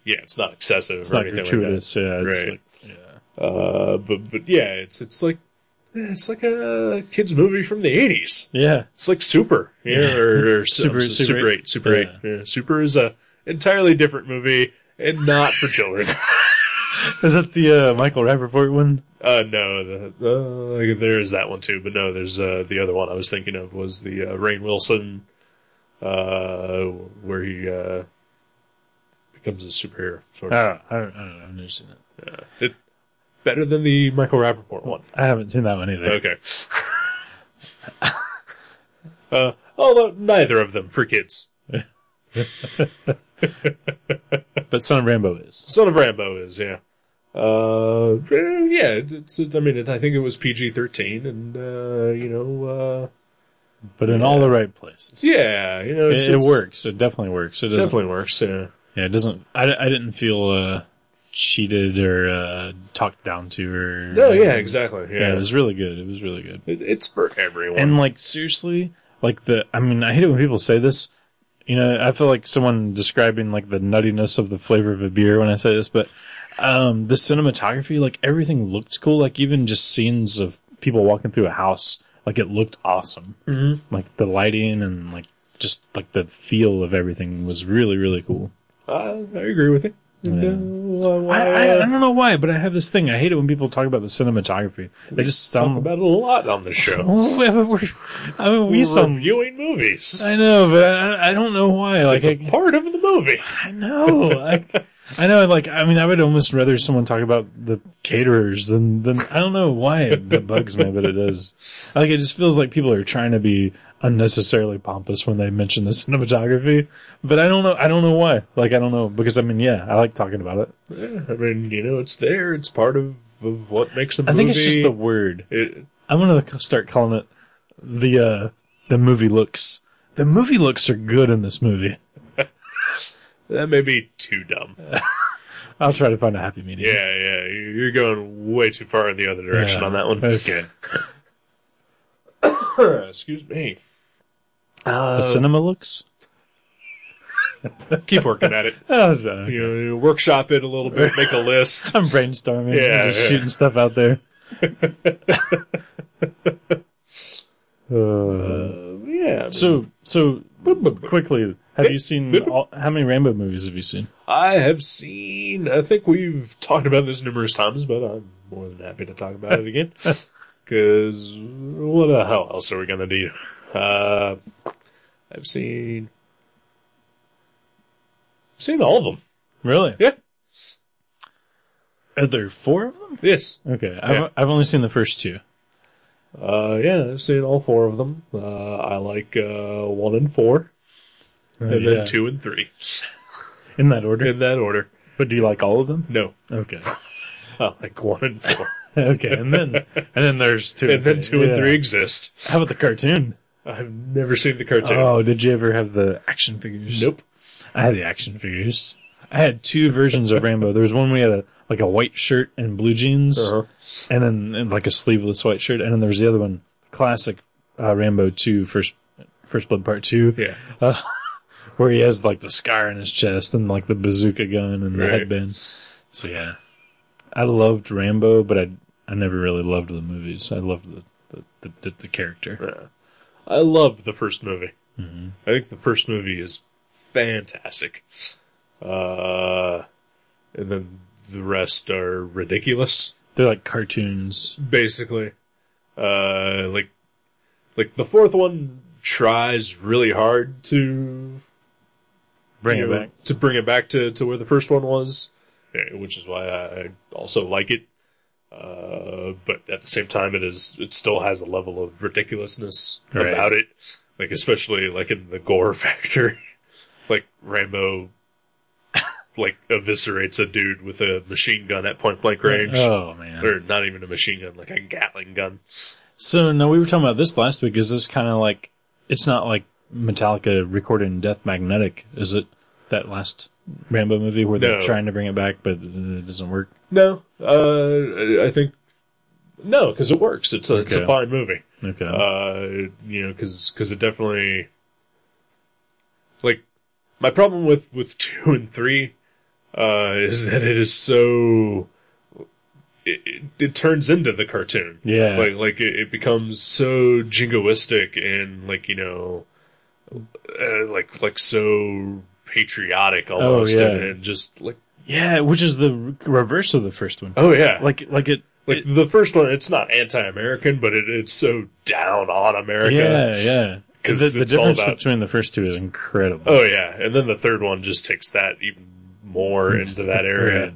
S1: yeah, it's not excessive
S2: It's
S1: or
S2: not
S1: anything
S2: gratuitous. yeah,
S1: like that.
S2: it's
S1: right?
S2: like- yeah.
S1: uh, but but yeah, it's it's like it's like a kids movie from the eighties.
S2: yeah.
S1: It's like Super, yeah, or, or
S2: Super-
S1: Super,
S2: Super
S1: Super
S2: Eight.
S1: Eight, Super Eight. Yeah, Super is a entirely different movie and not for children.
S2: Is that the uh, Michael Rappaport one?
S1: Uh, no, the, uh, there is that one too, but no, there's, uh, the other one I was thinking of was the, uh, Rain Wilson, uh, where he, uh, becomes a superhero. Sort of.
S2: Oh, I don't, I don't know. I've never seen it.
S1: It, better than the Michael Rappaport one.
S2: I haven't seen that one either.
S1: Okay. uh, although neither of them for kids.
S2: But Son of Rambo is.
S1: Son of Rambo is, yeah. Uh, eh, yeah, it's, I mean, it, I think it was PG-13 and, uh, you know, uh,
S2: But in all the right places.
S1: yeah, you know, it's,
S2: It, it
S1: it's-
S2: works. It definitely works. It doesn't,
S1: Definitely works, yeah.
S2: Yeah, it doesn't. I, I didn't feel uh, cheated or uh, talked down to or.
S1: Oh yeah, exactly. Yeah,
S2: Yeah, it was really good. It was really good.
S1: It- it's for everyone.
S2: And like seriously, like the I mean, I hate it when people say this. You know, I feel like someone describing like the nuttiness of the flavor of a beer when I say this, but um the cinematography, like everything looked cool. Like even just scenes of people walking through a house, like it looked awesome. Mm-hmm. Like the lighting and like just like the feel of everything was really really cool.
S1: uh, I agree with you. No,
S2: I,
S1: I,
S2: I, I
S1: uh,
S2: don't know why, but I have this thing. I hate it when people talk about the cinematography. They just
S1: talk
S2: sound.
S1: about it a lot on the show.
S2: Well, yeah, but we're- I mean, we
S1: We're
S2: sound
S1: reviewing movies.
S2: I know, but I, I don't know why. Like,
S1: It's a
S2: I,
S1: part of the movie.
S2: I know, I, I know. Like, I mean, I would almost rather someone talk about the caterers than than I don't know why it, that bugs me, but it does. Like, it just feels like people are trying to be unnecessarily pompous when they mention the cinematography. But I don't know. I don't know why. Like, I don't know because I mean, yeah, I like talking about it.
S1: Yeah, I mean, you know, it's there. It's part of, of what makes a movie.
S2: I think it's just the word.
S1: It,
S2: I'm gonna c- start calling it the uh the movie looks. The movie looks are good in this movie.
S1: that may be too dumb.
S2: I'll try to find a happy medium.
S1: Yeah, yeah, you're going way too far in the other direction
S2: Yeah.
S1: on that one.
S2: Okay.
S1: Excuse me. Uh,
S2: the cinema looks.
S1: Keep working at it.
S2: Oh, no.
S1: You know, workshop it a little bit. Make a list.
S2: I'm brainstorming.
S1: Yeah,
S2: just
S1: yeah.
S2: shooting stuff out there.
S1: Yeah.
S2: So, so quickly, have you seen all, how many Rambo movies have you seen?
S1: I have seen. I think we've talked about this numerous times, but I'm more than happy to talk about it again. Because what the hell else are we gonna do? Uh, I've seen. Seen all of them.
S2: Really?
S1: Yeah.
S2: Are there four of them?
S1: Yes.
S2: Okay,
S1: Yeah.
S2: I've I've only seen the first two.
S1: Uh, yeah. I've seen all four of them. Uh, I like uh, one and four, and
S2: Yeah.
S1: then two and three
S2: in that order.
S1: in that order.
S2: But do you like all of them?
S1: No,
S2: Okay,
S1: I like one and four,
S2: okay, and then and then there's two,
S1: and then two and
S2: Yeah.
S1: three exist.
S2: How about the cartoon?
S1: I've never seen the cartoon.
S2: Oh, did you ever have the action figures?
S1: Nope.
S2: I had the action figures. I had two versions of Rambo. There was one we had a like a white shirt and blue jeans,
S1: Uh-huh.
S2: and then and like a sleeveless white shirt, and then there was the other one, classic uh, Rambo two first first blood part two,
S1: Yeah.
S2: where he has like the scar in his chest and like the bazooka gun and the
S1: Right.
S2: headband. So yeah, I loved Rambo, but I I never really loved the movies. I loved the the the, the, the character.
S1: I love the first movie. I think the first movie is fantastic. Uh, and then the rest are ridiculous,
S2: They're like cartoons.
S1: basically. Uh, like, like the fourth one tries really hard to
S2: Bring
S1: you
S2: it
S1: know,
S2: back.
S1: to bring it back to, to where the first one was, eh, which is why I also like it. Uh, but at the same time, it is it still has a level of ridiculousness
S2: Right.
S1: about it, like especially like in the gore factor, like Rambo, like eviscerates a dude with a machine gun at point blank range,
S2: Oh man.
S1: or not even a machine gun, like a Gatling gun.
S2: So no, we were talking about this last week. Is this kind of like it's not like Metallica recording Death Magnetic, is it? That last Rambo movie where they're
S1: No.
S2: trying to bring it back, but it doesn't work.
S1: No, uh, I- I think No, because it works. It's a, it's a
S2: Okay.
S1: fine movie.
S2: Okay.
S1: Uh, you know, because it definitely like my problem with with two and three uh, is that it is so it, it, it turns into the cartoon.
S2: yeah.
S1: Like like it, it becomes so jingoistic and like you know uh, like like so patriotic almost
S2: Oh, yeah.
S1: and, and just like
S2: yeah, which is the re- reverse of the first one.
S1: oh yeah
S2: Like like it
S1: like the first one it's not anti-American but it, it's so down on America
S2: Yeah, yeah.
S1: 'Cause
S2: The, the
S1: it's all
S2: difference
S1: about-
S2: between the first two is incredible.
S1: Oh yeah, and then the third one just takes that even more into that area,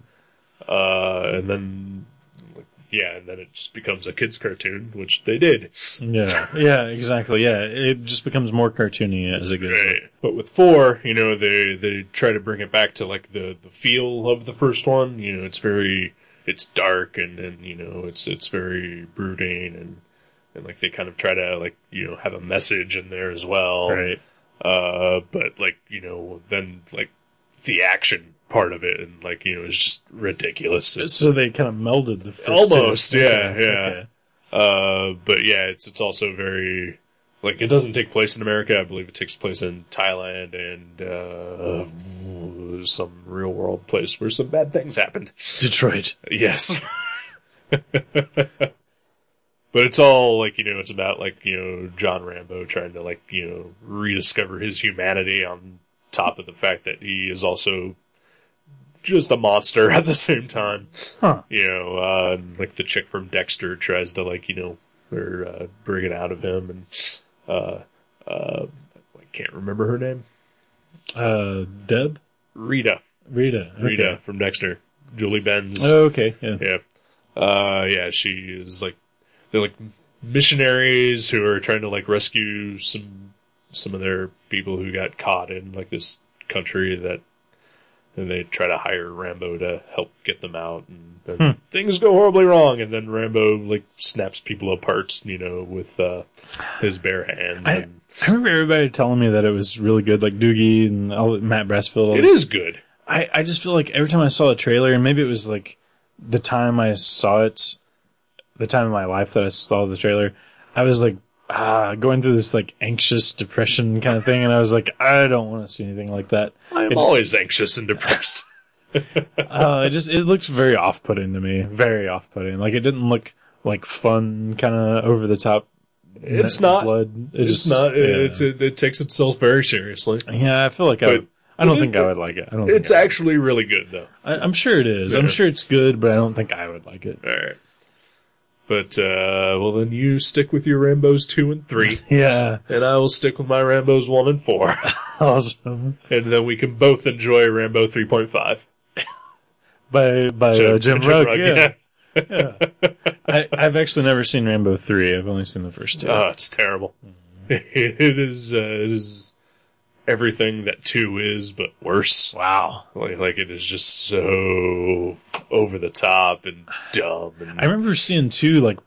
S1: uh, and then like, yeah, and then it just becomes a kids' cartoon, which they did.
S2: Yeah, yeah, exactly. Yeah, it just becomes more cartoony as it goes.
S1: Right. But with four, you know, they they try to bring it back to like the the feel of the first one. You know, it's very it's dark and and you know it's it's very brooding and and like they kind of try to like you know have a message in there as well.
S2: Right.
S1: uh, but like you know, then like the action part of it, and like you know, it's just ridiculous. It's,
S2: So they kind of melded the first two.
S1: Almost, yeah,
S2: Okay,
S1: yeah.
S2: okay.
S1: uh, but yeah, it's it's also very like it doesn't take place in America. I believe it takes place in Thailand and uh, some real world place where some bad things happened.
S2: Detroit.
S1: Yes. But it's all like, you know, it's about like, you know, John Rambo trying to like, you know, rediscover his humanity on top of the fact that he is also just a monster at the same time.
S2: Huh.
S1: You know, uh, and, like the chick from Dexter tries to like, you know, or, uh, bring it out of him and, uh, uh, I can't remember her name.
S2: Uh, Deb?
S1: Rita.
S2: Rita. Okay.
S1: Rita from Dexter. Julie Benz.
S2: Oh, okay. Yeah.
S1: Yeah. Uh, yeah, she is like, they're like missionaries who are trying to like rescue some, some of their people who got caught in like this country that, and they try to hire Rambo to help get them out and,
S2: Hmm.
S1: then things go horribly wrong. And then Rambo like snaps people apart, you know, with, uh, his bare hands.
S2: I-
S1: and
S2: I remember everybody telling me that it was really good, like Doogie and all, Matt Brassfield. all
S1: it
S2: those-
S1: is good.
S2: I, I just feel like every time I saw a trailer, and maybe it was like the time I saw it, the time in my life that I saw the trailer, I was like ah, going through this like anxious depression kind of thing, and I was like, I don't want to see anything like that.
S1: I'm always anxious and depressed.
S2: Uh, it just it looks very off putting to me, very off putting. Like it didn't look like fun, kind of over the top.
S1: It's not.
S2: blood. It
S1: It's
S2: just-
S1: not,
S2: yeah.
S1: it's, it, it takes itself very seriously.
S2: yeah, I feel like I.
S1: But-
S2: Would, I don't think I would like it. I don't.
S1: It's
S2: think
S1: actually really good though.
S2: I, I, am sure it is.
S1: Yeah.
S2: I'm sure it's good, but I don't think I would like it.
S1: All right. But uh, well, then you stick with your Rambo's two and three,
S2: Yeah.
S1: and I will stick with my Rambo's one and four,
S2: Awesome.
S1: and then we can both enjoy Rambo three point five.
S2: By by uh, Jim, Rook. Yeah. I, I've actually never seen Rambo three. I've only seen the first two.
S1: Oh, it's terrible. It is. Uh, it is everything that two is, but worse.
S2: wow.
S1: Like, like it is just so over the top and dumb. And
S2: I remember seeing two like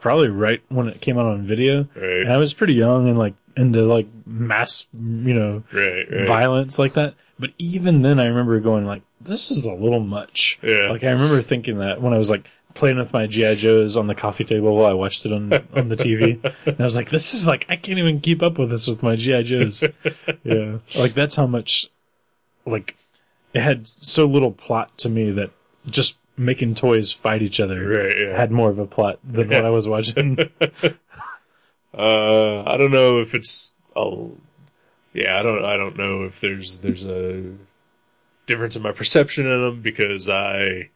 S2: probably right when it came out on video,
S1: right,
S2: and I was pretty young and like into like mass you know
S1: right, right.
S2: violence like that. But even then, I remember going like, "This is a little much."
S1: Yeah.
S2: Like I remember thinking that when I was like playing with my GI Joes on the coffee table while I watched it on on the TV, and I was like, "This is like I can't even keep up with this with my GI Joes." yeah. Like that's how much, like, it had so little plot to me that just making toys fight each other
S1: Right, yeah.
S2: had more of a plot than what I was watching.
S1: Uh, I don't know if it's oh, yeah, I don't, I don't know if there's there's a difference in my perception in them because I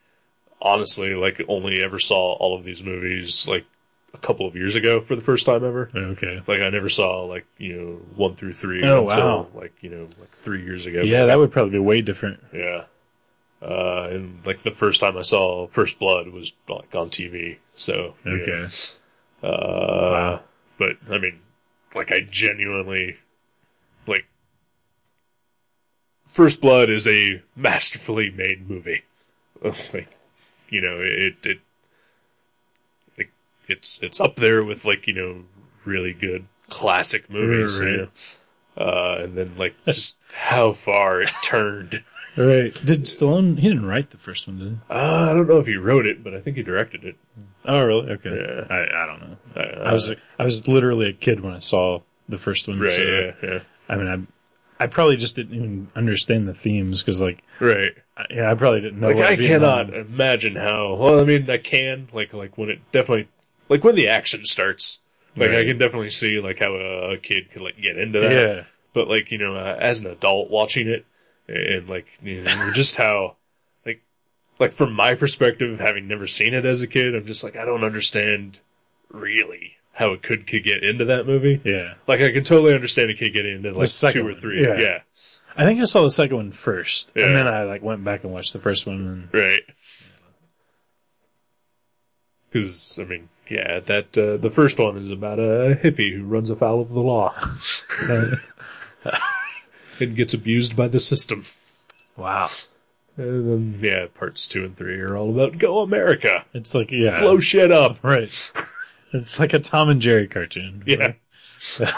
S1: honestly like only ever saw all of these movies like a couple of years ago for the first time ever.
S2: okay.
S1: Like I never saw like you know one through three
S2: Oh,
S1: until
S2: wow.
S1: like you know like three years ago.
S2: Yeah, that would probably be way different.
S1: yeah. Uh, and like the first time I saw First Blood was like on TV, so you know,
S2: Okay.
S1: uh, but I mean, like I genuinely like First Blood is a masterfully made movie. like, you know, it it like it's it's up there with like you know really good classic movies.
S2: Right,
S1: you know? Uh, and then like just how far it turned.
S2: All right. Did Stallone? He didn't write the first one, did he?
S1: Uh, I don't know if he wrote it, but I think he directed it.
S2: Oh, really? Okay.
S1: Yeah.
S2: I, I don't know.
S1: I,
S2: I was I was literally a kid when I saw the first one.
S1: right,
S2: so,
S1: yeah, yeah,
S2: I mean, I I probably just didn't even understand the themes because like
S1: right.
S2: I, yeah, I um, probably didn't know.
S1: Like
S2: what
S1: I
S2: Vietnam-
S1: cannot imagine how. Well, I mean, I can like like when it definitely like when the action starts. Like I
S2: Right.
S1: can definitely see like how a, a kid could like get into that.
S2: Yeah.
S1: But like you know, uh, as an adult watching it, and like you know, just how like like from my perspective, having never seen it as a kid, I'm just like I don't understand really how a kid could get into that movie.
S2: Yeah.
S1: Like I can totally understand a kid getting into like
S2: second
S1: two or
S2: one,
S1: three.
S2: yeah.
S1: yeah.
S2: I think I saw the second one first,
S1: Yeah.
S2: and then I like went back and watched the first one. And
S1: Right. Because I mean, yeah, that uh, the first one is about a hippie who runs afoul of the law Uh, and gets abused by the system.
S2: wow,
S1: And then, yeah, parts two and three are all about go America,
S2: it's like yeah,
S1: blow shit up.
S2: right. It's like a Tom and Jerry cartoon.
S1: Yeah.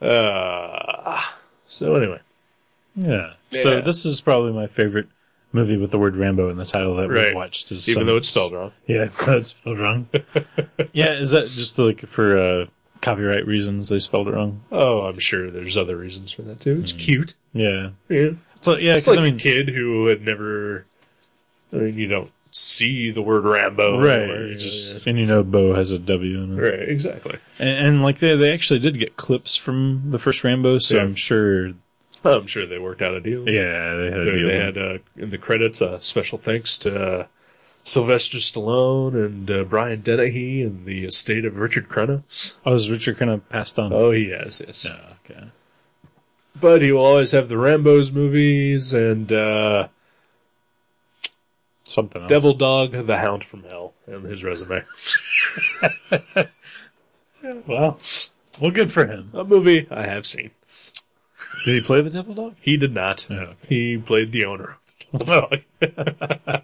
S1: uh, so anyway,
S2: yeah. So
S1: Yeah.
S2: this is probably my favorite movie with the word Rambo in the title that
S1: Right.
S2: we've watched. Is
S1: even
S2: some-
S1: though it's spelled wrong,
S2: yeah, that's spelled wrong. yeah, is that just like for uh, copyright reasons they spelled it wrong?
S1: oh, I'm sure there's other reasons for that too. It's cute.
S2: Yeah.
S1: Yeah.
S2: But yeah,
S1: It's
S2: because
S1: like
S2: I mean,
S1: a kid who had never. I mean, you don't see the word Rambo,
S2: right?
S1: anywhere,
S2: you
S1: you
S2: just-
S1: just-
S2: And you know, Bo has a W in it.
S1: right, exactly.
S2: And, and like they they actually did get clips from the first Rambo, so
S1: Yeah.
S2: I'm sure.
S1: I'm sure they worked out a deal.
S2: Yeah, they had. A
S1: they,
S2: deal.
S1: they had uh, in the credits uh, special thanks to uh, Sylvester Stallone and uh, Brian Dennehy and the estate of Richard Crenna.
S2: oh, is Richard kind of passed on?
S1: Oh, he has, yes.
S2: Yeah, okay.
S1: But he will always have the Rambo's movies and uh,
S2: Something else.
S1: Devil Dog, the Hound from Hell, and his resume.
S2: Well, well, good for him.
S1: a movie I have seen.
S2: Did he play the devil dog? Oh,
S1: He did not.
S2: Yeah.
S1: He played the owner of the Devil Dog.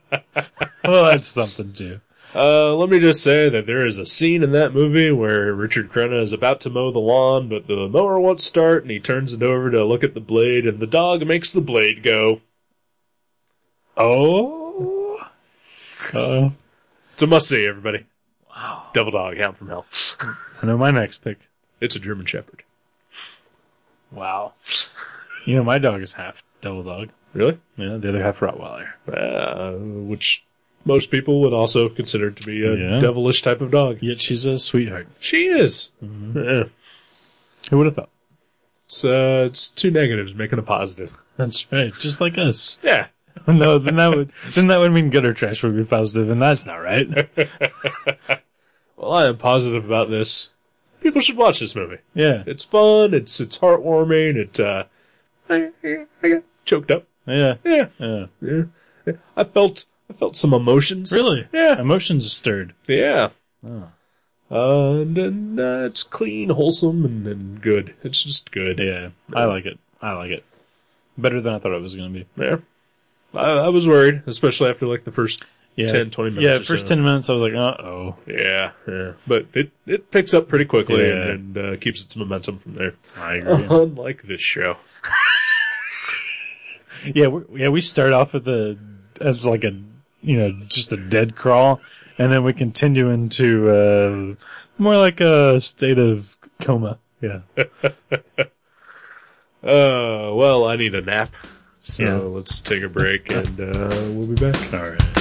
S2: Well, that's something too.
S1: Uh, let me just say that there is a scene in that movie where Richard Crenna is about to mow the lawn, but the mower won't start, and he turns it over to look at the blade, and the dog makes the blade go.
S2: Oh. Oh.
S1: It's a must see, everybody.
S2: Wow.
S1: Devil Dog, Hound from Hell.
S2: I know my next pick.
S1: It's a German Shepherd.
S2: Wow. You know my dog is half devil dog.
S1: Really?
S2: Yeah, the other half Rottweiler.
S1: Uh, which most people would also consider to be a
S2: Yeah.
S1: devilish type of dog.
S2: Yet she's a sweetheart.
S1: She is. Yeah.
S2: Who would have thought?
S1: It's, uh, it's two negatives making a positive.
S2: That's right. Just like us.
S1: Yeah.
S2: no, then that would then that would mean good or trash would be positive, and that's not right.
S1: Well, I am positive about this. People should watch this movie.
S2: Yeah.
S1: It's fun. It's it's heartwarming. It uh, I, I got choked up.
S2: Yeah.
S1: Yeah,
S2: Yeah.
S1: yeah, yeah. I felt I felt some emotions.
S2: Really?
S1: Yeah.
S2: Emotions stirred.
S1: Yeah.
S2: Oh.
S1: Uh, and and uh, it's clean, wholesome, and, and good. It's just good.
S2: Yeah. I like it. I like it. Better than I thought it was gonna be.
S1: Yeah. I, I was worried, especially after like the first.
S2: Yeah.
S1: 10, 20 minutes
S2: Yeah,
S1: or
S2: first
S1: so.
S2: ten minutes I was like, uh oh.
S1: Yeah, yeah. But it it picks up pretty quickly
S2: Yeah.
S1: and, and uh, keeps its momentum from there.
S2: I
S1: Unlike this show.
S2: Yeah, we yeah, we start off with a as like a you know just a dead crawl, and then we continue into uh, more like a state of coma. Yeah,
S1: Uh, well, I need a nap, so
S2: Yeah.
S1: let's take a break and uh, we'll be back.
S2: all right.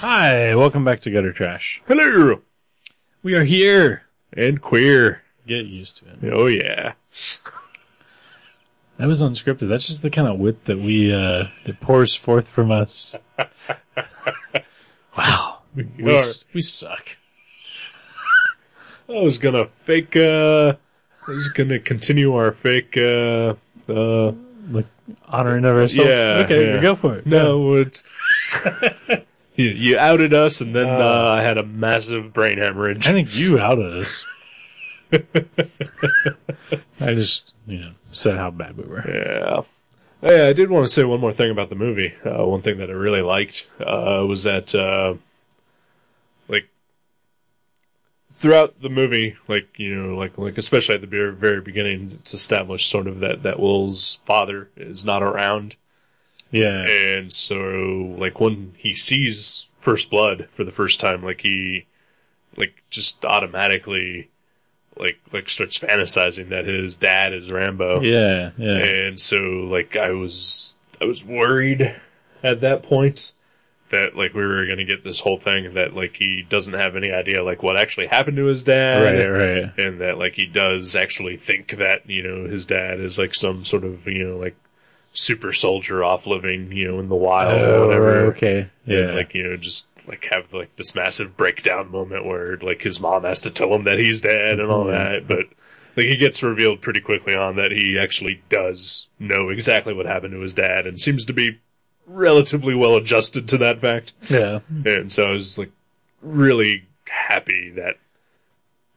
S2: Hey, welcome back to Gutter Trash.
S1: Hello
S2: We are here.
S1: and queer.
S2: Get used to it.
S1: Oh yeah.
S2: That was unscripted. That's just the kind of wit that we uh that pours forth from us. wow, we
S1: are-
S2: s- we suck.
S1: I was gonna fake. uh I was gonna continue our fake. uh uh
S2: Like honoring of ourselves.
S1: Yeah,
S2: okay,
S1: yeah.
S2: go for it.
S1: No, it's. you, you outed us, and then uh,
S2: Oh.
S1: I had a massive brain hemorrhage.
S2: I think you outed us. I just you know said how bad we were.
S1: Yeah. Hey, I did want to say one more thing about the movie. Uh, one thing that I really liked uh, was that, uh, like, throughout the movie, like you know, like like especially at the very, very beginning, it's established sort of that that Will's father is not around,
S2: Yeah,
S1: and so like when he sees First Blood for the first time, like he, like just automatically, like like starts fantasizing that his dad is Rambo
S2: yeah, yeah.
S1: and so like I was I was worried at that point that like we were gonna get this whole thing that like he doesn't have any idea like what actually happened to his dad
S2: Right, right.
S1: and that like he does actually think that you know his dad is like some sort of you know like super soldier off living you know in the wild or whatever
S2: Oh, Okay. Yeah.
S1: and, like you know just like have like this massive breakdown moment where like his mom has to tell him that he's dead and all
S2: Mhm.
S1: that but like he gets revealed pretty quickly on that he actually does know exactly what happened to his dad and seems to be relatively well adjusted to that fact
S2: yeah.
S1: and so i was like really happy that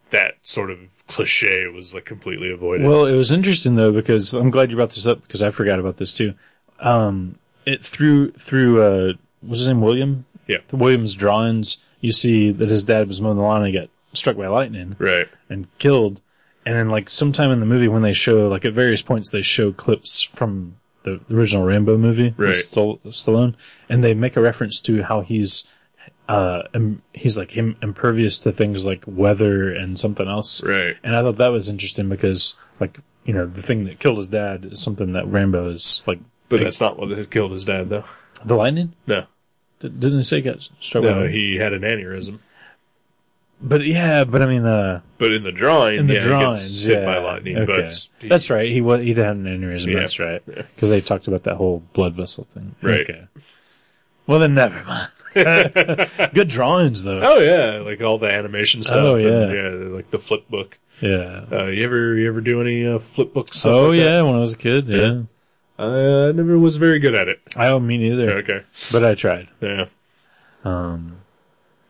S1: that sort of cliche was like completely avoided
S2: Well, it was interesting though because I'm glad you brought this up because I forgot about this too. Um, it through through uh, what's his name William?
S1: Yeah.
S2: William's drawings. You see that his dad was mowing the lawn and he got struck by lightning
S1: right
S2: and killed. And then like sometime in the movie when they show like at various points they show clips from the the original Rambo movie, with
S1: Right.
S2: Stall- Stallone, and they make a reference to how he's. Uh, im- he's like him impervious to things like weather and something else.
S1: right
S2: And I thought that was interesting because, like, you know, the thing that killed his dad is something that Rambo is like.
S1: but that's not what had killed his dad though
S2: the lightning
S1: no
S2: D- didn't they say he got struck? by
S1: no
S2: lightning?
S1: he had an aneurysm
S2: but yeah, but I mean, uh,
S1: But in the drawing,
S2: in the
S1: yeah,
S2: drawings,
S1: he gets hit
S2: yeah,
S1: by lightning.
S2: okay.
S1: But
S2: that's right. He was he had an aneurysm.
S1: Yeah.
S2: That's right.
S1: Yeah.
S2: Because they talked about that whole blood vessel thing.
S1: Right.
S2: Okay. Well, then never mind. Good drawings though.
S1: oh yeah, like all the animation stuff.
S2: Oh,
S1: and,
S2: yeah.
S1: yeah, like the flip book.
S2: Yeah.
S1: Uh, you ever you ever do any uh, flip book stuff?
S2: Oh
S1: like
S2: yeah, when I was a kid. Yeah.
S1: that? Uh, I never was very good at it.
S2: I don't mean either,
S1: Okay,
S2: but I tried.
S1: yeah,
S2: Um,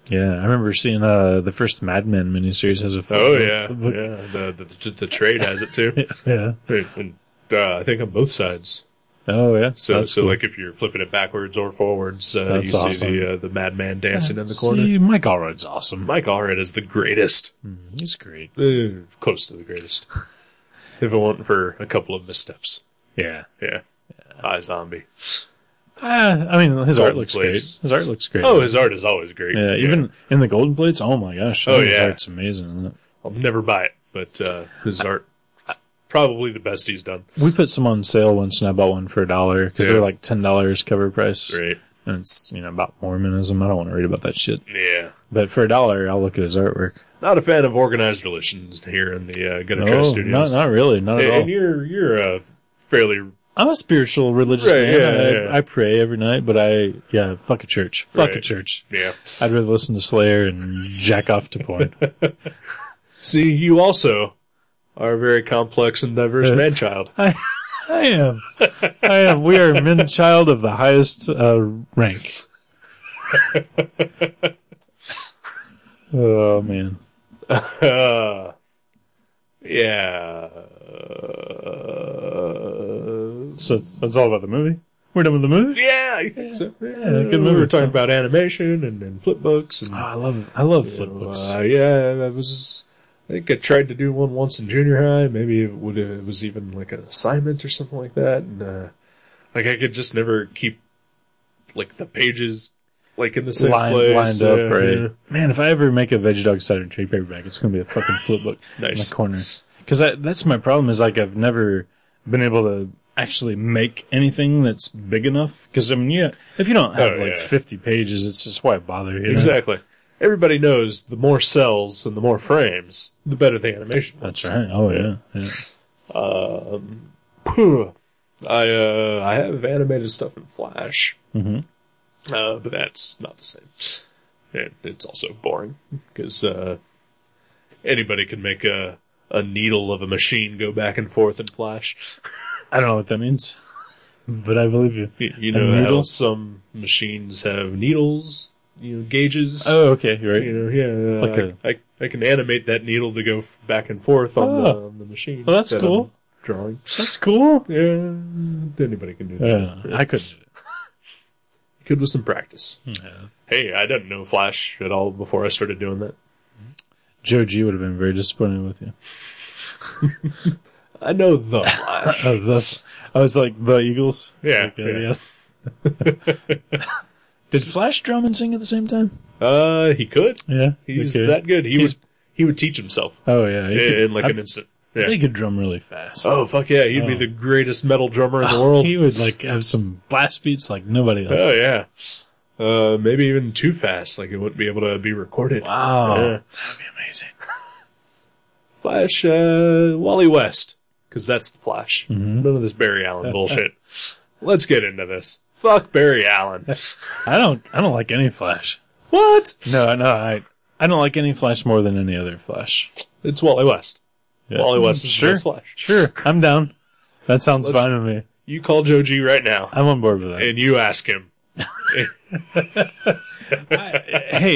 S2: yeah, I remember seeing uh, the first Mad Men miniseries has a flip
S1: oh
S2: book-
S1: yeah,
S2: flip book.
S1: yeah. The, the the- the trade has it too.
S2: yeah.
S1: and, and, uh, I think on both sides.
S2: Oh yeah.
S1: So
S2: That's
S1: so
S2: cool.
S1: like if you're flipping it backwards or forwards, uh,
S2: That's
S1: you see
S2: awesome.
S1: the uh, the madman dancing in the corner.
S2: See, Mike Allred's awesome.
S1: Mike Allred is the greatest.
S2: He's great.
S1: Uh, close to the greatest. if it weren't for a couple of missteps.
S2: Yeah.
S1: Yeah. I Zombie.
S2: Ah, I mean, his
S1: Golden
S2: art looks
S1: Plates.
S2: great. His art looks great.
S1: Oh, his art is always great.
S2: yeah, even in the Golden Plates. Oh my gosh.
S1: Oh,
S2: His
S1: yeah.
S2: art's amazing. Isn't it?
S1: I'll never buy it, but uh, his art probably the best he's done.
S2: We put some on sale once, and I bought one for a dollar because
S1: Yeah.
S2: they're like ten dollars cover price,
S1: Great.
S2: and it's you know about Mormonism. I don't want to read about that shit.
S1: Yeah.
S2: But for a dollar, I'll look at his artwork.
S1: Not a fan of organized relations here in the uh, Gonna Try
S2: No,
S1: Studios.
S2: Oh, not not really, not
S1: and,
S2: at all.
S1: and you're you're a fairly
S2: I'm a spiritual religious
S1: Right,
S2: man.
S1: yeah,
S2: I,
S1: yeah.
S2: I pray every night, but I yeah, fuck a church, fuck a
S1: Right.
S2: church.
S1: yeah.
S2: I'd rather listen to Slayer and jack off to porn.
S1: See, you also are a very complex and diverse
S2: Uh,
S1: man child.
S2: I, I am. I am. We are men child of the highest uh, rank. oh man.
S1: Uh, yeah. Uh,
S2: So it's, it's all about the movie. We're done with the movie.
S1: yeah, I think so. Yeah,
S2: good
S1: we were
S2: movie.
S1: talking about animation and, and flip books and
S2: Oh, I love I love flip books.
S1: Uh, yeah, I was. I think I tried to do one once in junior high. Maybe it would. It was even like an assignment or something like that. And uh, like I could just never keep like the pages like in the same
S2: Lined,
S1: place.
S2: lined up,
S1: Yeah,
S2: right?
S1: yeah.
S2: Man, if I ever make a Veggie Dog cider trade paperback, it's gonna be a fucking flip book
S1: Nice.
S2: in the corner. Because that's my problem is like I've never been able to actually make anything that's big enough. Because I mean, yeah, if you don't have
S1: Oh,
S2: like
S1: yeah.
S2: fifty pages, it's just why bother. You know?
S1: Exactly. Everybody knows the more cells and the more frames, the better the animation.
S2: That's
S1: looks.
S2: right. Oh yeah. yeah.
S1: Um, phew. I uh, I have animated stuff in Flash,
S2: Mhm.
S1: uh, but that's not the same. It, it's also boring because uh, anybody can make a a needle of a machine go back and forth in Flash.
S2: I don't know what that means, but I believe you.
S1: You, you
S2: A
S1: know how
S2: needle?
S1: some machines have needles, you know, gauges.
S2: Oh, okay. You're right.
S1: You know, yeah,
S2: Like
S1: uh, I I can animate that needle to go f- back and forth on, the,
S2: Oh.
S1: on the machine.
S2: Well, that's
S1: that
S2: cool.
S1: I'm drawing.
S2: That's cool.
S1: Yeah, anybody can do that.
S2: Yeah, I could.
S1: Good with some practice.
S2: Yeah.
S1: Hey, I didn't know Flash at all before I started doing that.
S2: Joe G would have been very disappointed with you.
S1: I know the Flash.
S2: Oh, the, I was like the Eagles.
S1: Yeah,
S2: Like, uh,
S1: yeah.
S2: yeah. Did Flash drum and sing at the same time?
S1: uh, he could.
S2: Yeah,
S1: He's
S2: okay.
S1: that good. He
S2: He's-
S1: would he would teach himself
S2: Oh yeah, he
S1: in,
S2: could-
S1: in like
S2: I-
S1: an instant.
S2: I think
S1: Yeah.
S2: he could drum really fast.
S1: Oh fuck yeah! He'd be
S2: Oh.
S1: the greatest metal drummer in the
S2: Oh,
S1: world.
S2: He would like have some blast beats like nobody else.
S1: Oh yeah. Uh, maybe even too fast. Like it wouldn't be able to be recorded.
S2: Wow,
S1: Yeah.
S2: that'd be amazing.
S1: Flash, uh, Wally West, because that's the Flash. None of this Barry Allen bullshit. Let's get into this. Fuck Barry Allen.
S2: I don't, I don't like any Flash.
S1: what?
S2: No, no, I, I don't like any Flash more than any other Flash.
S1: It's Wally West.
S2: Yeah.
S1: Wally West is
S2: sure,
S1: the best Flash.
S2: sure, I'm down. That sounds
S1: Let's-
S2: fine to me.
S1: You call Joe G right now,
S2: I'm on board with that.
S1: and you ask him.
S2: hey,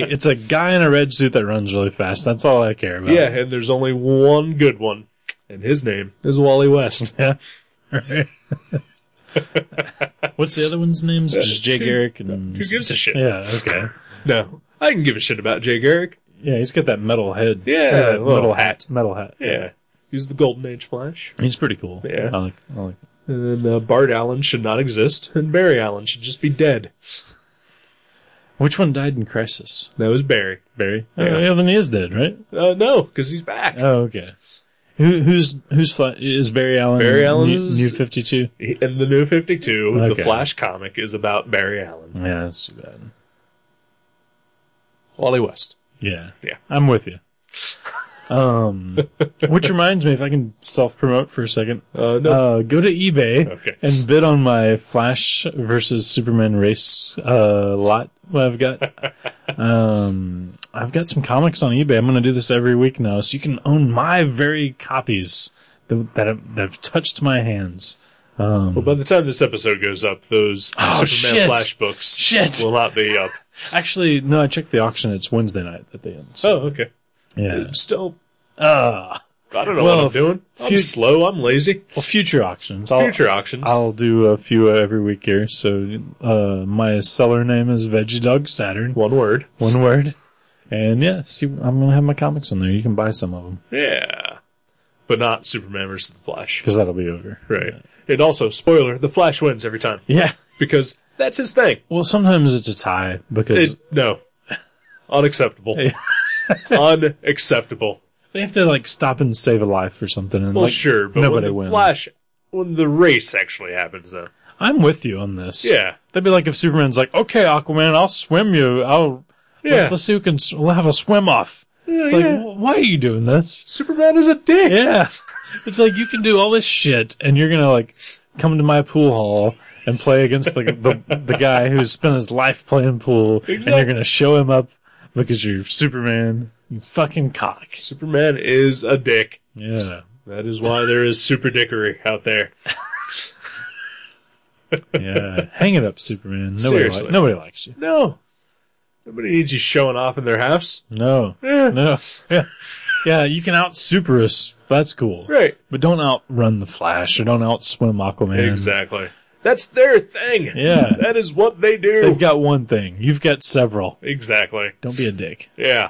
S2: it's a guy in a red suit that runs really fast. That's all I care about.
S1: Yeah, and there's only one good one, and his name is Wally West.
S2: Yeah. Right. What's the other one's name?
S1: Uh,
S2: Just Jay Garrick and
S1: Who gives a shit?
S2: Yeah, okay.
S1: No, I can give a shit about Jay Garrick.
S2: Yeah, he's got that metal head.
S1: Yeah,
S2: Or that
S1: little
S2: metal
S1: hat.
S2: Metal hat.
S1: Yeah, he's the Golden Age Flash.
S2: He's pretty cool.
S1: Yeah.
S2: I like, I like
S1: And then uh, Bart Allen should not exist, and Barry Allen should just be dead.
S2: Which one died in Crisis?
S1: That was Barry.
S2: Barry.
S1: Yeah.
S2: Oh, yeah, then he is dead, right?
S1: Uh, no, because he's back.
S2: Oh, okay. Who, who's who's fla- is Barry Allen?
S1: Barry Allen
S2: new,
S1: is-
S2: new fifty two.
S1: He- In the new 52, the
S2: Okay.
S1: Flash comic is about Barry Allen.
S2: Yeah, that's too bad.
S1: Wally West.
S2: Yeah.
S1: Yeah.
S2: I'm with you. Um, which reminds me, if I can self promote for a second,
S1: Uh, no.
S2: uh, go to eBay
S1: Okay.
S2: and bid on my Flash versus Superman race, uh, lot that I've got. um, I've got some comics on eBay. I'm going to do this every week now, so you can own my very copies that, that, have, that have touched my hands.
S1: well, by the time this episode goes up, those Superman
S2: Oh, shit.
S1: Flash books
S2: Shit.
S1: will not be up.
S2: Actually, no, I checked the auction. It's Wednesday night that they end. So,
S1: Oh, okay.
S2: yeah.
S1: Still,
S2: Uh,
S1: I don't know
S2: Well,
S1: what I'm doing. I'm
S2: few-
S1: slow. I'm lazy.
S2: well, future auctions. I'll-
S1: Future auctions.
S2: I'll do a few every week here. So uh, my seller name is Veggie Dog Saturn,
S1: One word.
S2: one word. And yeah, see, I'm gonna have my comics on there. You can buy some of them
S1: Yeah. But not Superman versus the Flash.
S2: because that'll be over.
S1: Right. And also, spoiler, the Flash wins every time
S2: Yeah.
S1: because that's his thing.
S2: Well, sometimes it's a tie because
S1: It, no. Unacceptable.
S2: Hey.
S1: Unacceptable.
S2: they have to like stop and save a life or something. And,
S1: Well,
S2: like,
S1: sure, but when
S2: nobody
S1: the
S2: wins.
S1: Flash, when the race actually happens, though,
S2: I'm with you on this.
S1: Yeah.
S2: That'd be like if Superman's like, "Okay, Aquaman, I'll swim you. I'll
S1: Yeah.
S2: let's, let's see who can. s- We'll have a swim off." it's like,
S1: yeah.
S2: "Wh- why are you doing this?
S1: Superman is a dick.
S2: Yeah. It's like you can do all this shit and you're gonna like come to my pool hall and play against the the, the guy who's spent his life playing pool and
S1: Exactly.
S2: you're gonna show him up because you're Superman. You fucking cock.
S1: Superman is a dick.
S2: Yeah.
S1: That is why there is super dickery out there.
S2: Yeah. Hang it up, Superman. Nobody
S1: Seriously.
S2: li- nobody likes you.
S1: No, nobody needs you showing off in their house. Eh,
S2: No.
S1: Yeah.
S2: No. Yeah. Yeah, you can out super us. That's cool.
S1: Right,
S2: But don't outrun the Flash or don't outswim Aquaman.
S1: exactly. That's their thing.
S2: Yeah.
S1: that is what they do.
S2: They've got one thing. You've got several.
S1: exactly.
S2: Don't be a dick.
S1: Yeah.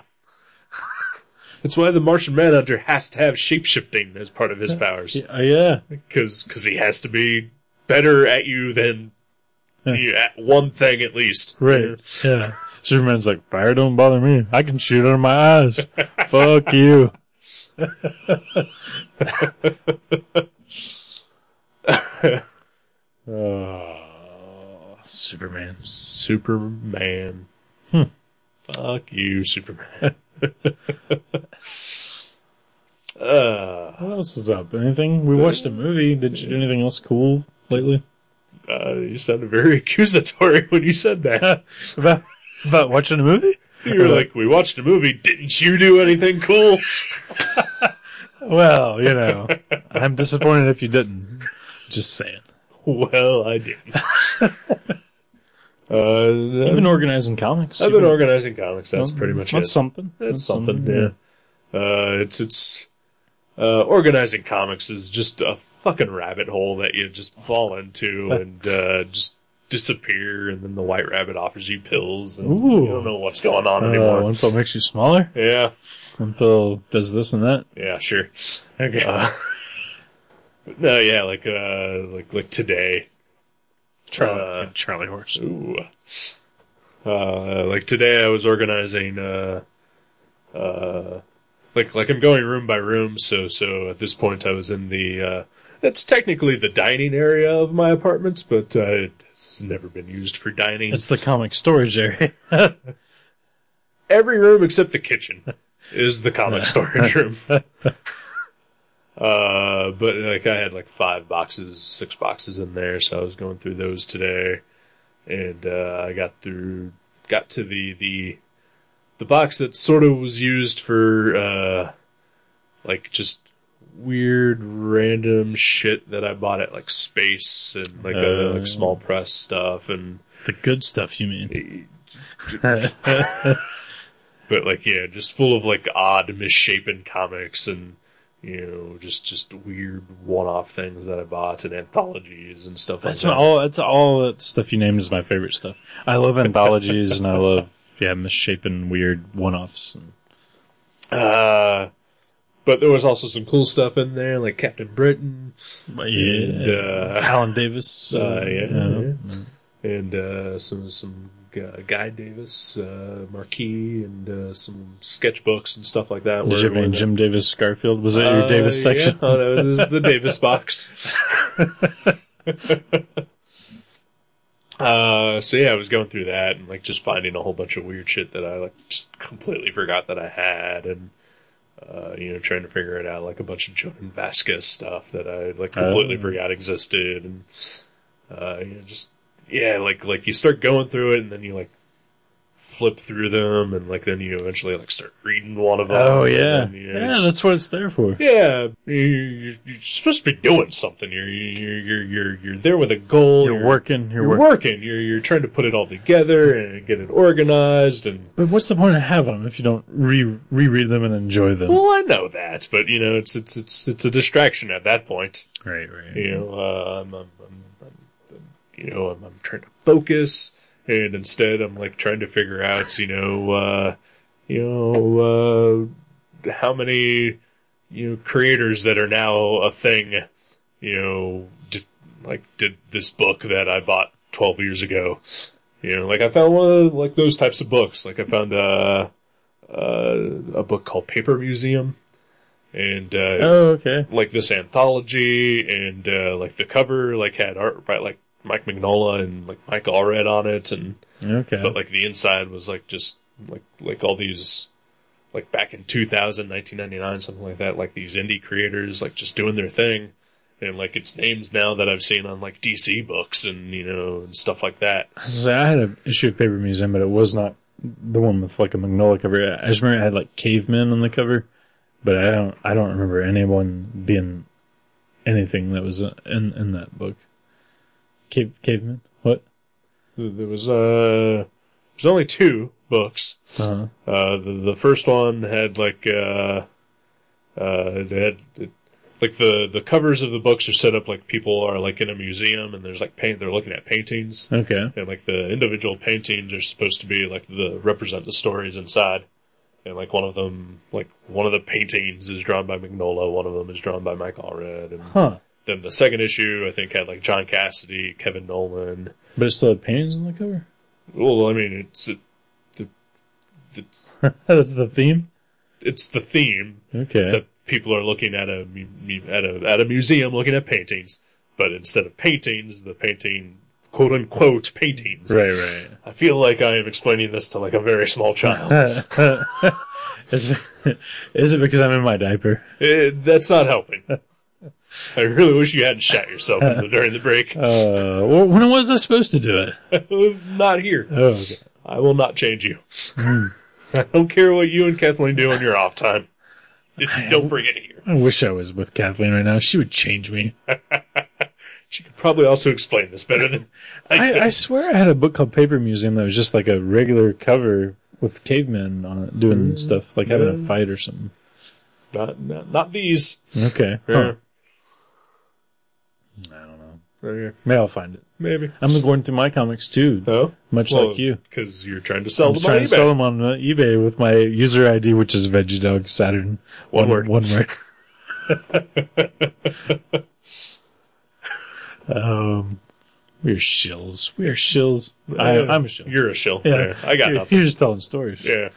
S1: That's why the Martian Manhunter has to have shapeshifting as part of his powers.
S2: Yeah. yeah.
S1: because cause he has to be better at you than you, at one thing at least.
S2: Right. Yeah. Superman's like, fire don't bother me. I can shoot under my eyes. Fuck you.
S1: Uh,
S2: Superman.
S1: Superman.
S2: Hmm.
S1: Fuck you, Superman. uh,
S2: What else is up? Anything? We watched a movie. Did you do anything else cool lately?
S1: uh, you sounded very accusatory when you said that.
S2: about about watching a movie?
S1: you were like, we watched a movie. Didn't you do anything cool?
S2: Well, you know, I'm disappointed if you didn't. Just saying.
S1: well, I didn't. uh,
S2: I've been organizing comics.
S1: I've been organizing comics. That's pretty much
S2: That's
S1: it.
S2: something.
S1: That's something. Yeah. Uh, it's it's uh, organizing comics is just a fucking rabbit hole that you just fall into and uh, just disappear, and then the white rabbit offers you pills, and
S2: Ooh.
S1: you don't know what's going on
S2: Uh,
S1: anymore.
S2: one pill makes you smaller.
S1: Yeah,
S2: One pill does this and that.
S1: yeah, sure.
S2: Okay.
S1: Uh, but no, yeah, like uh, like like today. Uh,
S2: Charlie, Charlie horse.
S1: Ooh. Uh, like today, I was organizing. Uh, uh, like like I'm going room by room. So so at this point, I was in the. Uh, that's technically the dining area of my apartments, but uh, it's never been used for dining.
S2: It's the comic storage area.
S1: Every room except the kitchen is the comic storage room. Uh, but like I had like five boxes, six boxes in there, so I was going through those today, and uh, I got through, got to the the the box that sort of was used for uh, like just weird random shit that I bought at like space and like uh,
S2: Oh.
S1: like small press stuff and
S2: the good stuff, you mean?
S1: but like yeah, just full of like odd misshapen comics and you know just just weird one-off things that I bought and anthologies and stuff
S2: That's
S1: like
S2: my,
S1: that.
S2: all. That's all that stuff you named is my favorite stuff. I love anthologies and I love yeah misshapen weird one-offs. And,
S1: Uh, but there was also some cool stuff in there like Captain Britain and
S2: yeah,
S1: uh,
S2: Alan Davis.
S1: uh, yeah,
S2: yeah.
S1: and uh, some some uh, Guy Davis, uh, Marquis, and uh, some sketchbooks and stuff like that.
S2: Did you have any Jim Davis Garfield? Was that your Davis
S1: Uh,
S2: section?
S1: Yeah. Oh, no, this is the Davis box. uh, so yeah, I was going through that and like just finding a whole bunch of weird shit that I like just completely forgot that I had and. Uh, you know, trying to figure it out, like a bunch of Jonan Vasquez stuff that I like completely
S2: Oh.
S1: forgot existed, and uh, you know, just yeah, like like you start going through it, and then you like flip through them, and like then you eventually like start reading one of them.
S2: Oh
S1: and
S2: yeah,
S1: then, you know,
S2: yeah.
S1: it's-
S2: That's what it's there for.
S1: yeah, you- you're, you're supposed to be doing something. You're you're you're you're, you're there with a goal.
S2: You're working. You're,
S1: You're
S2: working.
S1: working. You're you're trying to put it all together and get it organized. And
S2: But what's the point of having them if you don't re reread them and enjoy them?
S1: well, I know that, but you know, it's it's it's it's a distraction at that point.
S2: Right, right.
S1: You know, uh, I'm, I'm, I'm, I'm- um, you know, I'm, I'm trying to focus, and instead, I'm like trying to figure out, you know, uh, you know, uh, how many you know creators that are now a thing, you know, did, like did this book that I bought 12 years ago. You know, like I found one of like those types of books. Like I found uh, uh, a book called Paper Museum, and uh, it was-
S2: Oh, okay.
S1: like this anthology and uh, like the cover like had art by like Mike Mignola and like Mike Allred on it and
S2: Okay.
S1: but like the inside was like just like like all these like back in 2000 1999 something like that like these indie creators like just doing their thing and like it's names now that I've seen on like DC books and you know and stuff like that
S2: I was gonna say, I had an issue of Paper Museum, but it was not the one with like a magnolia cover. I just remember it had like cavemen on the cover, but I don't. I don't remember anyone being anything that was in in that book. Cave cavemen. What?
S1: there was uh there's only two books
S2: Uh-huh.
S1: Uh, the, the first one had like uh, uh, it had it, like the the covers of the books are set up like people are like in a museum and there's like paint they're looking at paintings
S2: Okay.
S1: and like the individual paintings are supposed to be like the represent the stories inside and like one of them like one of the paintings is drawn by Magnola one of them is drawn by Mike Allred and
S2: Huh.
S1: then the second issue I think had like John Cassidy Kevin Nolan
S2: But it still had paintings on the cover.
S1: well I mean it's it, the it's,
S2: That's the theme.
S1: it's the theme
S2: Okay.
S1: is that people are looking at a mu- mu- at a at a museum looking at paintings. but instead of paintings, the painting quote unquote paintings.
S2: Right,
S1: I feel like I am explaining this to like a very small child.
S2: right. is, is it because I'm in my diaper?
S1: It- Eh, that's not helping. I really wish you hadn't shot yourself in the- during the break. Uh,
S2: Uh, wh- when was I supposed to do it?
S1: not here.
S2: Oh, okay.
S1: I will not change you. I don't care what you and Kathleen do on your off time. Don't bring it here.
S2: I wish I was with Kathleen right now. She would change me.
S1: She could probably also explain this better than I could.
S2: I, I swear I had a book called Paper Museum that was just like a regular cover with cavemen on it
S1: Mm.
S2: doing stuff, like having a fight or something.
S1: not, not, not these.
S2: Okay.
S1: Yeah.
S2: Huh. I don't know.
S1: Okay,
S2: Maybe I'll find it.
S1: Maybe.
S2: I'm going through my comics too,
S1: No?
S2: much like you.
S1: Because you're trying to sell
S2: I'm
S1: Uh, them
S2: just
S1: on
S2: trying to
S1: eBay.
S2: sell them on uh, eBay with my user ID, which is VeggieDog Saturn.
S1: One word.
S2: One word. um, we're shills. We're shills. I,
S1: Yeah.
S2: I'm a shill.
S1: You're a shill. Yeah. I got
S2: you're,
S1: nothing.
S2: You're just telling stories.
S1: Yeah.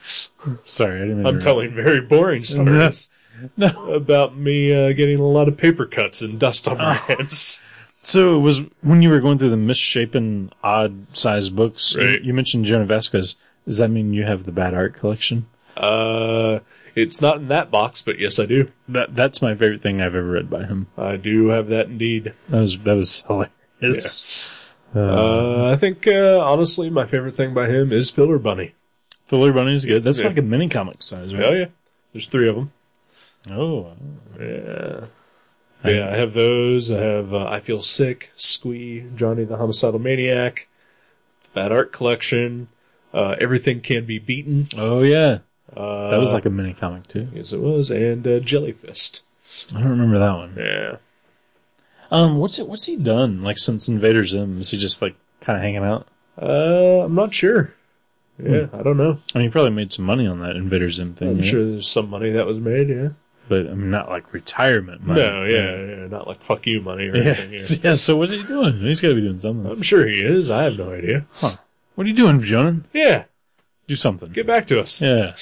S2: Sorry, I didn't. mean to
S1: I'm
S2: interrupt.
S1: telling very boring stories
S2: No.
S1: about me uh, getting a lot of paper cuts and dust on my
S2: Oh.
S1: hands.
S2: So it was when you were going through the misshapen, odd-sized books. you-
S1: Right.
S2: You, mentioned Jonah Vasquez. Does that mean you have the bad art collection?
S1: Uh, it's not in that box, but yes, I do.
S2: That that's my favorite thing I've ever read by him.
S1: I do have that indeed.
S2: That was that was hilarious.
S1: Uh, I think uh, honestly, my favorite thing by him is Filler Bunny.
S2: Filler Bunny's good. That's
S1: Yeah.
S2: like a mini comic size,
S1: Oh
S2: right?
S1: yeah, there's three of them.
S2: Oh,
S1: Yeah, yeah. I have those. I have uh, I Feel Sick, Squee, Johnny the Homicidal Maniac, Bad Art Collection, uh, Everything Can Be Beaten.
S2: oh yeah.
S1: Uh,
S2: That was like a mini comic too.
S1: yes, it was, and uh, Jellyfist.
S2: I don't remember that one.
S1: Yeah.
S2: Um, what's it? What's he done? Like since Invader Zim, is he just like kind of hanging out?
S1: Uh, I'm not sure. Yeah, I don't know.
S2: I mean, he probably made some money on that Invader Zim thing,
S1: I'm
S2: right?
S1: sure there's some money that was made. Yeah.
S2: but I mean, not like retirement money.
S1: No, yeah, yeah, not like fuck you money or
S2: Yeah.
S1: anything.
S2: yeah.
S1: yeah.
S2: So what's he doing? He's got to be doing something.
S1: I'm sure he is. I have no idea.
S2: What are you doing, Jonan?
S1: Yeah,
S2: Do something.
S1: get back to us.
S2: Yeah.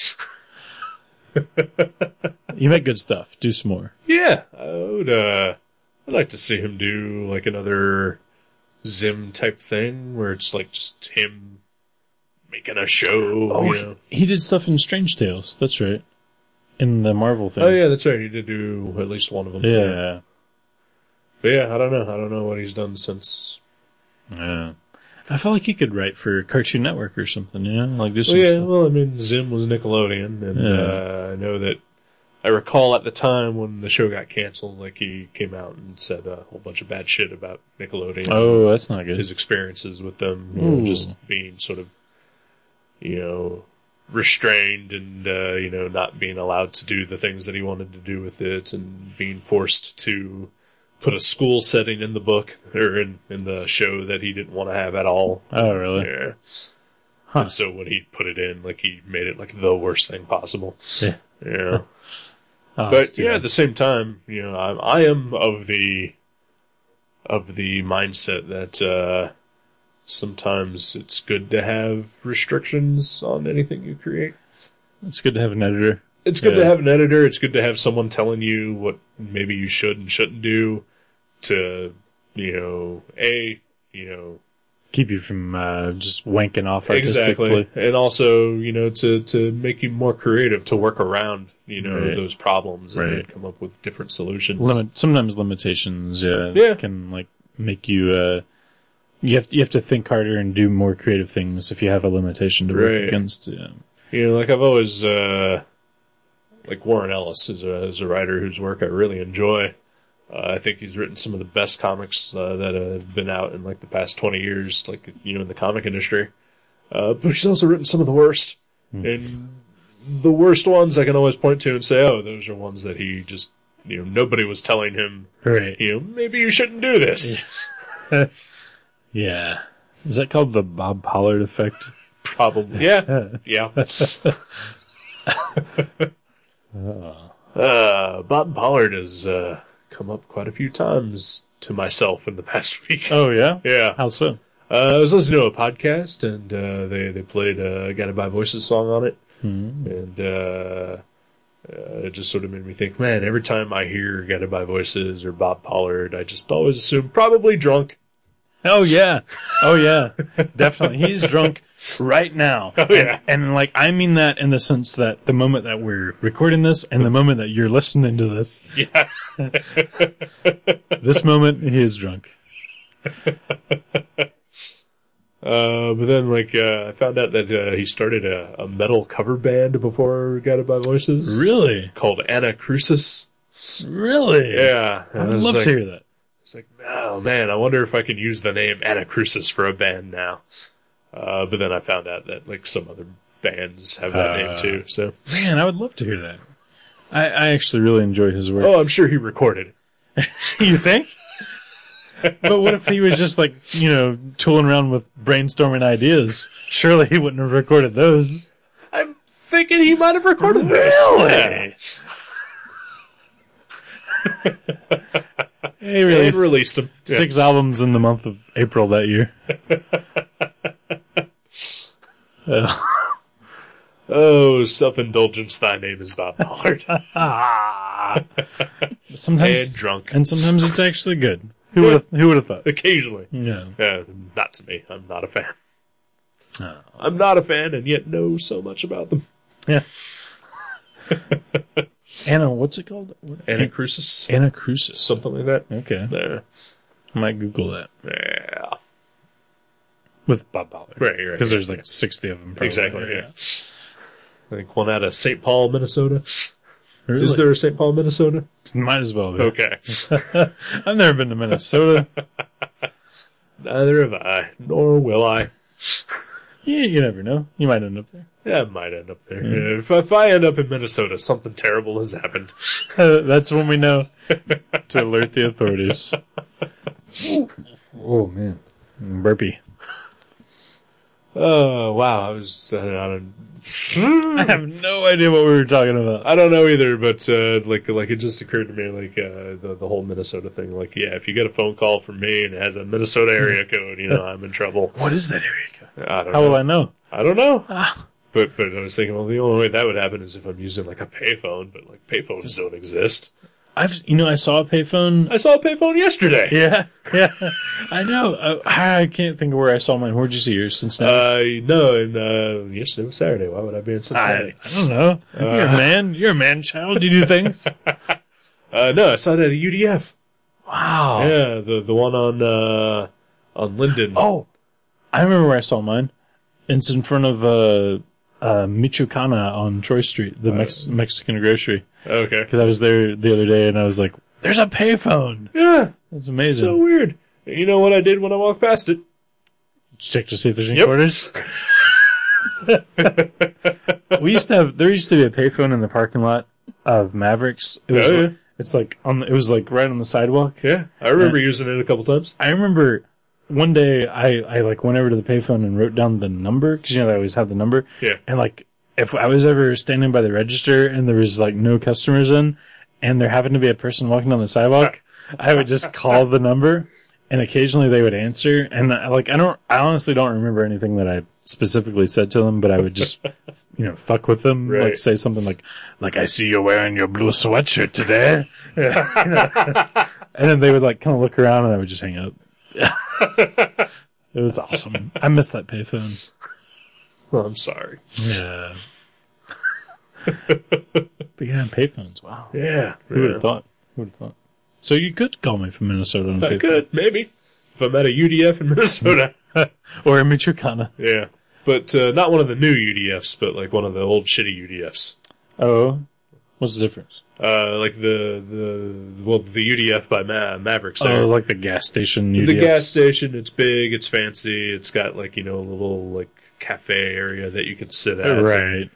S2: you make good stuff. Do some more.
S1: Yeah, I would. Uh, I'd like to see him do like another Zim type thing where it's like just him making a show.
S2: Oh,
S1: you
S2: he-
S1: know?
S2: he, did stuff in Strange Tales. That's right. In the Marvel thing.
S1: oh yeah, that's right. He did do at least one of them.
S2: Yeah.
S1: but yeah, I don't know. I don't know what he's done since.
S2: Yeah. I felt like he could write for Cartoon Network or something, you know? Like do
S1: Well,
S2: some
S1: yeah,
S2: stuff.
S1: well, I mean, Zim was Nickelodeon, and
S2: Yeah.
S1: uh, I know that. I recall at the time when the show got canceled, like he came out and said a whole bunch of bad shit about Nickelodeon.
S2: Oh, that's not good.
S1: his experiences with them, you know,
S2: Ooh.
S1: just being sort of, you know, restrained and, uh, you know, not being allowed to do the things that he wanted to do with it and being forced to put a school setting in the book or in, in the show that he didn't want to have at all.
S2: oh, really?
S1: Yeah.
S2: Huh.
S1: And so when he put it in, like he made it like the worst thing possible.
S2: Yeah.
S1: Yeah.
S2: Oh, that's
S1: But
S2: too
S1: yeah,
S2: bad.
S1: at the same time, you know, I'm, I am of the of the mindset that uh, sometimes it's good to have restrictions on anything you create.
S2: it's good to have an editor.
S1: It's good to
S2: Yeah.
S1: have an editor. It's good to have someone telling you what maybe you should and shouldn't do to, you know, a, you know,
S2: Keep you from uh, just wanking off artistically.
S1: exactly, and also you know to to make you more creative to work around you know
S2: Right.
S1: those problems and
S2: Right.
S1: then come up with different solutions.
S2: Limit sometimes limitations, yeah,
S1: Yeah.
S2: can like make you uh you have you have to think harder and do more creative things if you have a limitation to work
S1: Right.
S2: against. Yeah.
S1: You know, like I've always uh, like Warren Ellis is a is a writer whose work I really enjoy. Uh, I think he's written some of the best comics uh, that have been out in like the past twenty years, like you know, in the comic industry. Uh, but he's also written some of the worst, and the worst ones I can always point to and say, oh, those are ones that he just you know nobody was telling him.
S2: Right.
S1: You know, maybe you shouldn't do this.
S2: Yeah. Is that called the Bob Pollard effect?
S1: Probably, yeah, yeah. Uh, Bob Pollard has uh, come up quite a few times to myself in the past week.
S2: Oh yeah?
S1: yeah,
S2: How so?
S1: uh, I was listening to a podcast and uh, they they played uh, "Gotta Buy Voices" song on it, and uh, Uh, it just sort of made me think, man, every time I hear Guided by Voices or Bob Pollard, I just always assume probably drunk.
S2: Oh yeah. Oh yeah. Definitely. He's drunk right now.
S1: Oh, yeah.
S2: And, and, like I mean that in the sense that the moment that we're recording this and the moment that you're listening to this.
S1: Yeah.
S2: This moment he is drunk.
S1: Uh, but then, like, uh, I found out that uh, he started a, a metal cover band before Guided by Voices
S2: Really?
S1: called Anacrusis.
S2: Really?
S1: Yeah.
S2: I'd love
S1: like,
S2: to hear that.
S1: It's like, oh man, I wonder if I can use the name Anacrusis for a band now. Uh, but then I found out that like some other bands have that
S2: Uh.
S1: name too. So,
S2: Man, I would love to hear that. I, I actually really enjoy his work.
S1: oh, I'm sure he recorded. it.
S2: Oh, you think? but what if he was just like, you know, tooling around with brainstorming ideas? Surely he wouldn't have recorded those.
S1: I'm thinking he might have recorded this. Yeah.
S2: He
S1: And
S2: released
S1: released them. Yeah.
S2: six albums in the month of April that year. Oh,
S1: Oh, self-indulgence. Thy name is Bob Pollard.
S2: sometimes
S1: and drunk.
S2: and sometimes it's actually good. Who would have who would have thought?
S1: Occasionally.
S2: No.
S1: Uh, not to me. I'm not a fan. I'm not a fan, and yet know so much about them.
S2: Yeah. Anna, what's it called? What-
S1: Anacrusis,
S2: Anna Crucis.
S1: something like that.
S2: Okay.
S1: There.
S2: I might Google that.
S1: Yeah.
S2: With Bob Pollard.
S1: Right, right,
S2: Because there's like 60 of them. probably.
S1: Exactly. Yeah. I think one out of St. Paul, Minnesota.
S2: Really?
S1: Is there a St. Paul, Minnesota?
S2: Might as well be.
S1: Okay.
S2: I've never been to Minnesota.
S1: Neither have I, nor will I.
S2: you, you never know. You might end up there.
S1: Yeah, I might end up there. If, if I end up in Minnesota, something terrible has happened.
S2: Uh, that's when we know to alert the authorities. oh man, burpee.
S1: Oh wow! I was I don't,
S2: I have no idea what we were talking about.
S1: I don't know either, but uh, like like it just occurred to me like uh, the the whole Minnesota thing. Like yeah, if you get a phone call from me and it has a Minnesota area code, you know I'm in trouble.
S2: What is that area code?
S1: I don't
S2: How
S1: know.
S2: will I Ah. know?
S1: I don't know. But but I was thinking, well, the only way that would happen is if I'm using like a payphone, but like payphones don't exist.
S2: I've you know I saw a payphone.
S1: I saw a payphone yesterday.
S2: Yeah, yeah. I know. I, I can't think of where I saw mine. Where'd you see yours? Cincinnati.
S1: Uh, no, and uh, yesterday was Saturday. Why would I be in Cincinnati?
S2: Uh, I don't know. you're a man. You're a man child. You do things.
S1: Uh, no, I saw it at a UDF.
S2: Wow.
S1: Yeah, the the one on uh on Linden.
S2: Oh, I remember where I saw mine. It's in front of uh, uh, Michoacana on Troy Street, the Mex- Mexican grocery.
S1: okay.
S2: Because I was there the other day and I was like, "There's a payphone."
S1: Yeah,
S2: That's
S1: it's so
S2: amazing.
S1: weird. You know what I did when I walked past it?
S2: Check to see if there's any
S1: Yep.
S2: quarters. we used to have. There used to be a payphone in the parking lot of Mavericks. It was.
S1: Oh, yeah.
S2: like, it's like on. The, it was like right on the sidewalk.
S1: Yeah, I remember using it a couple times.
S2: I remember one day I, I like went over to the payphone and wrote down the number because you know they always have the number.
S1: Yeah.
S2: And like if I was ever standing by the register and there was like no customers in, and there happened to be a person walking down the sidewalk, I would just call the number, and occasionally they would answer. And I, like I don't, I honestly don't remember anything that I specifically said to them, but I would just. You know, fuck with them. Like
S1: Right.
S2: say something like, "Like I see you're wearing your blue sweatshirt today," and then they would like kind of look around, and I would just hang up. It was awesome. I miss that payphone.
S1: Oh, I'm sorry.
S2: Yeah. but yeah, payphones. Wow.
S1: Yeah,
S2: Who would
S1: yeah.
S2: have thought? Who would have thought? So you could call me from Minnesota on a
S1: I
S2: payphone.
S1: could maybe if I'm at a UDF in Minnesota.
S2: Or in Michoacana.
S1: Yeah. But uh, not one of the new UDFs, but like one of the old shitty UDFs.
S2: Oh. What's the difference?
S1: Uh, like the, the, well, the UDF by Ma- Mavericks there.
S2: Oh, like the gas station.
S1: the
S2: UDFs.
S1: gas station, it's big, it's fancy, it's got like, you know, a little like cafe area that you can sit at.
S2: Right.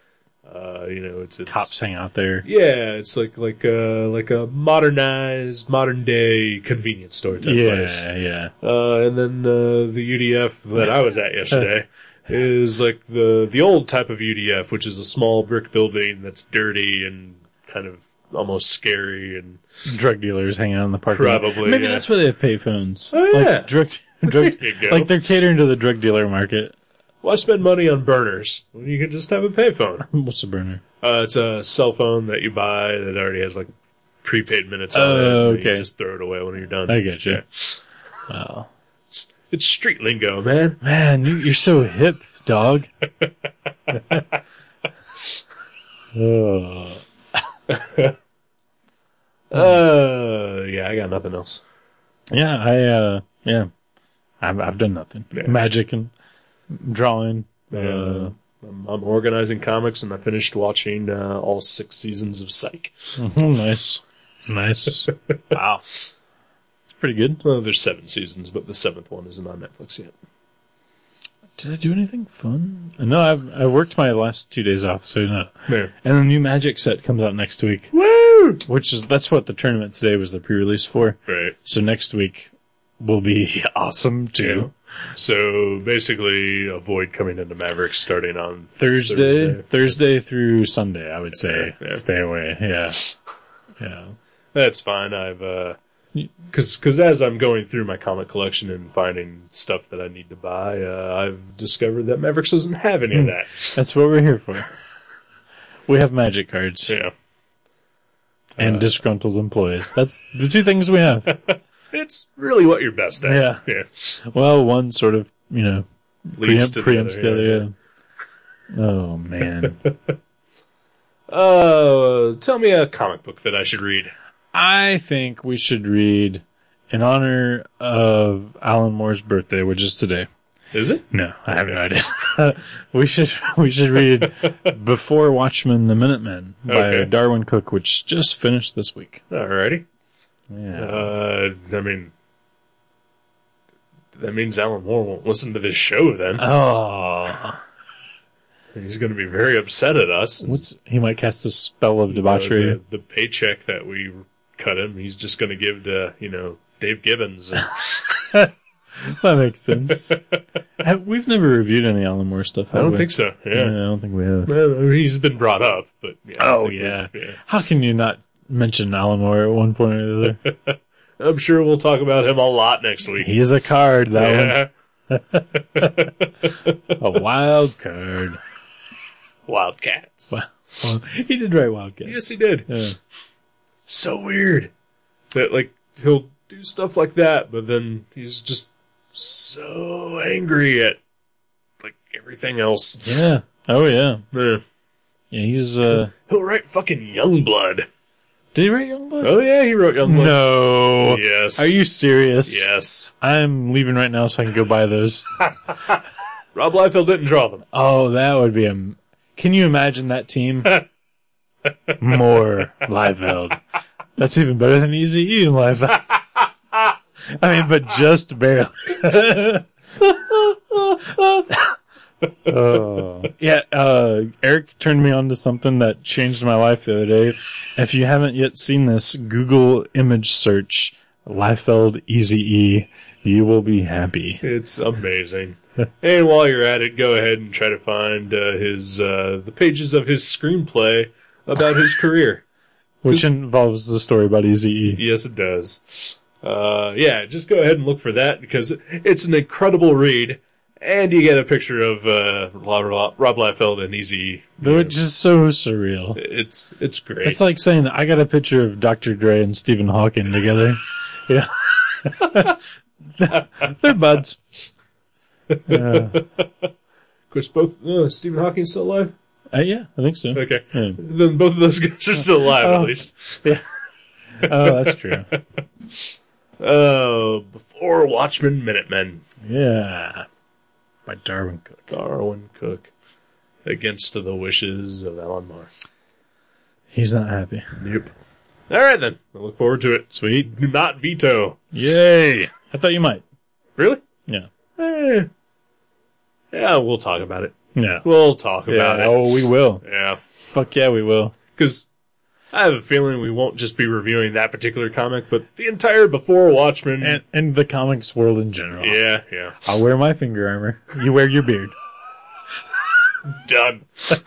S1: Uh, you know, it's, it's
S2: Cops hang out there.
S1: Yeah, it's like, like, uh, like a modernized, modern day convenience store type
S2: yeah,
S1: place.
S2: yeah.
S1: Uh, and then uh, the UDF that I was at yesterday is like the the old type of UDF, which is a small brick building that's dirty and kind of almost scary. And
S2: Drug dealers hang out in the parking lot.
S1: Probably,
S2: Maybe
S1: yeah.
S2: that's why they have payphones.
S1: Oh, yeah.
S2: Like, drug, drug,
S1: you go.
S2: like they're catering to the drug dealer market.
S1: Why spend money on burners when you can just have a payphone?
S2: What's a burner?
S1: Uh, it's a cell phone that you buy that already has like prepaid minutes on it.
S2: Oh,
S1: and You
S2: okay.
S1: just throw it away when you're done.
S2: I get
S1: Yeah.
S2: you. Wow.
S1: It's street lingo, man.
S2: Man, you, you're so hip, dog. oh. Hmm.
S1: Uh, yeah, I got nothing else.
S2: Yeah, I uh yeah. I've I've done nothing.
S1: Yeah.
S2: Magic and drawing.
S1: Uh, I'm, I'm organizing comics, and I finished watching uh, all six seasons of Psych.
S2: Uh, nice. Nice.
S1: Wow,
S2: It's pretty good.
S1: well, there's seven seasons, but the seventh one isn't on Netflix yet.
S2: Did I do anything fun? No, I've I worked my last two days off, so no.
S1: There.
S2: And the new magic set comes out next week.
S1: Woo!
S2: Which is that's what the tournament today was the pre release for.
S1: Right.
S2: So next week will be awesome too.
S1: So basically, avoid coming into Mavericks starting on
S2: Thursday,
S1: Thursday.
S2: Thursday through Sunday, I would say.
S1: Yeah, yeah.
S2: Stay away. Yeah. Yeah.
S1: That's fine. I've uh
S2: Y-
S1: 'cause because as I'm going through my comic collection and finding stuff that I need to buy, uh, I've discovered that Mavericks doesn't have any of that.
S2: That's what we're here for. We have magic cards
S1: yeah, Uh,
S2: and disgruntled employees. That's the two things we have.
S1: it's really what you're best at.
S2: Yeah.
S1: yeah.
S2: Well, one sort of, you know,
S1: Leads
S2: preempt,
S1: to the
S2: preempts the
S1: other, yeah.
S2: other. yeah. Oh man.
S1: Uh, tell me a comic book that I should read.
S2: I think we should read in honor of Alan Moore's birthday, which is today.
S1: Is it?
S2: No, I have no idea. Uh, we should we should read Before Watchmen the Minutemen by
S1: Okay.
S2: Darwin Cook, which just finished this week.
S1: Alrighty.
S2: Yeah.
S1: Uh, I mean, that means Alan Moore won't listen to this show. Then
S2: Uh, oh.
S1: he's going to be very upset at us.
S2: What's he might cast a spell of
S1: know,
S2: debauchery.
S1: the, the paycheck that we cut him, he's just going to give to you know Dave Gibbons. And,
S2: That makes sense. have, we've never reviewed any Alan Moore stuff.
S1: I don't think so.
S2: Yeah,
S1: Yeah,
S2: I don't think we have.
S1: Well, he's been brought up, but yeah, I
S2: Oh,
S1: think we-
S2: yeah. How can you not mention Alan Moore at one point or the other?
S1: I'm sure we'll talk about him a lot next week.
S2: He's a card, that
S1: Yeah,
S2: one. A wild card.
S1: Wildcats.
S2: Well, he did write Wildcat.
S1: Yes, he did.
S2: Yeah.
S1: So weird that like he'll do stuff like that, but then he's just so angry at like everything else.
S2: yeah. Oh, yeah.
S1: Yeah.
S2: Yeah, he's, uh,
S1: He'll write fucking Youngblood.
S2: did he write Youngblood?
S1: Oh yeah, he wrote Youngblood.
S2: No.
S1: Yes.
S2: Are you serious?
S1: Yes.
S2: I'm leaving right now so I can go buy those.
S1: Rob Liefeld didn't draw them.
S2: Oh, that would be a. m- Can you imagine that team? More Liefeld. That's even better than Easy E and Liefeld. I mean, but just barely. Oh. Yeah, uh, Eric turned me on to something that changed my life the other day. If you haven't yet seen this, Google image search Liefeld Easy E. You will be happy.
S1: It's amazing. and while you're at it, go ahead and try to find uh, his uh, the pages of his screenplay about his career.
S2: Which involves the story about Easy E.
S1: Yes, it does. Uh, yeah, just go ahead and look for that because it's an incredible read, and you get a picture of uh, Rob, Rob Liefeld and Easy.
S2: They were just so surreal.
S1: It's it's great.
S2: It's like saying I got a picture of Dr. Dre and Stephen Hawking together. Yeah. They're buds. Yeah.
S1: of course, both uh, Stephen Hawking's still alive.
S2: Uh, yeah, I think so.
S1: Okay,
S2: Yeah.
S1: then both of those guys are still alive
S2: Oh.
S1: at least.
S2: Oh, that's true.
S1: Uh, before Watchmen, Minutemen,
S2: Yeah. By Darwin Cook.
S1: Darwin Cook, against the wishes of Alan Moore.
S2: He's not happy.
S1: Nope. All right then, I look forward to it.
S2: Sweet.
S1: Do not veto.
S2: Yay. I thought you might.
S1: Really?
S2: Yeah.
S1: Eh. Yeah, we'll talk about it.
S2: Yeah.
S1: We'll talk
S2: Yeah.
S1: about it.
S2: Oh, we will.
S1: Yeah.
S2: Fuck yeah, we will.
S1: Because I have a feeling we won't just be reviewing that particular comic, but the entire Before Watchmen.
S2: And and the comics world in general.
S1: yeah, yeah.
S2: I'll wear my finger armor. You wear your beard.
S1: Done.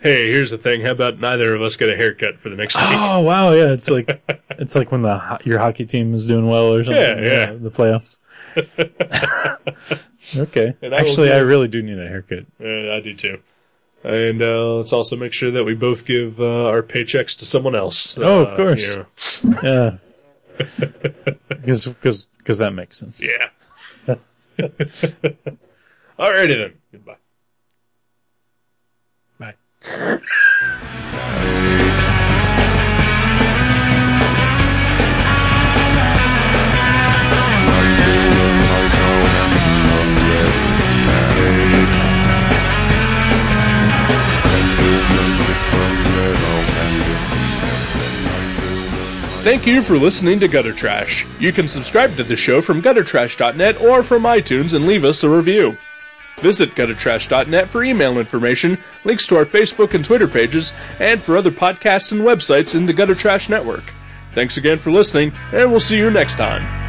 S1: hey, here's the thing. How about neither of us get a haircut for the next week?
S2: Oh wow, yeah, it's like it's like when the ho- your hockey team is doing well or something.
S1: Yeah, yeah.
S2: The, the playoffs. okay.
S1: And I will
S2: Actually,
S1: go-
S2: I really do need a haircut.
S1: Uh, I do too. And uh, let's also make sure that we both give uh, our paychecks to someone else.
S2: Oh, of
S1: Uh,
S2: course.
S1: you know,
S2: Yeah. Because because that makes sense.
S1: yeah. Alrighty then. Goodbye.
S2: Bye.
S1: Thank you for listening to Gutter Trash. You can subscribe to the show from guttertrash.net or from iTunes and leave us a review. Visit guttertrash.net for email information, links to our Facebook and Twitter pages, and for other podcasts and websites in the Gutter Trash Network. Thanks again for listening, and we'll see you next time.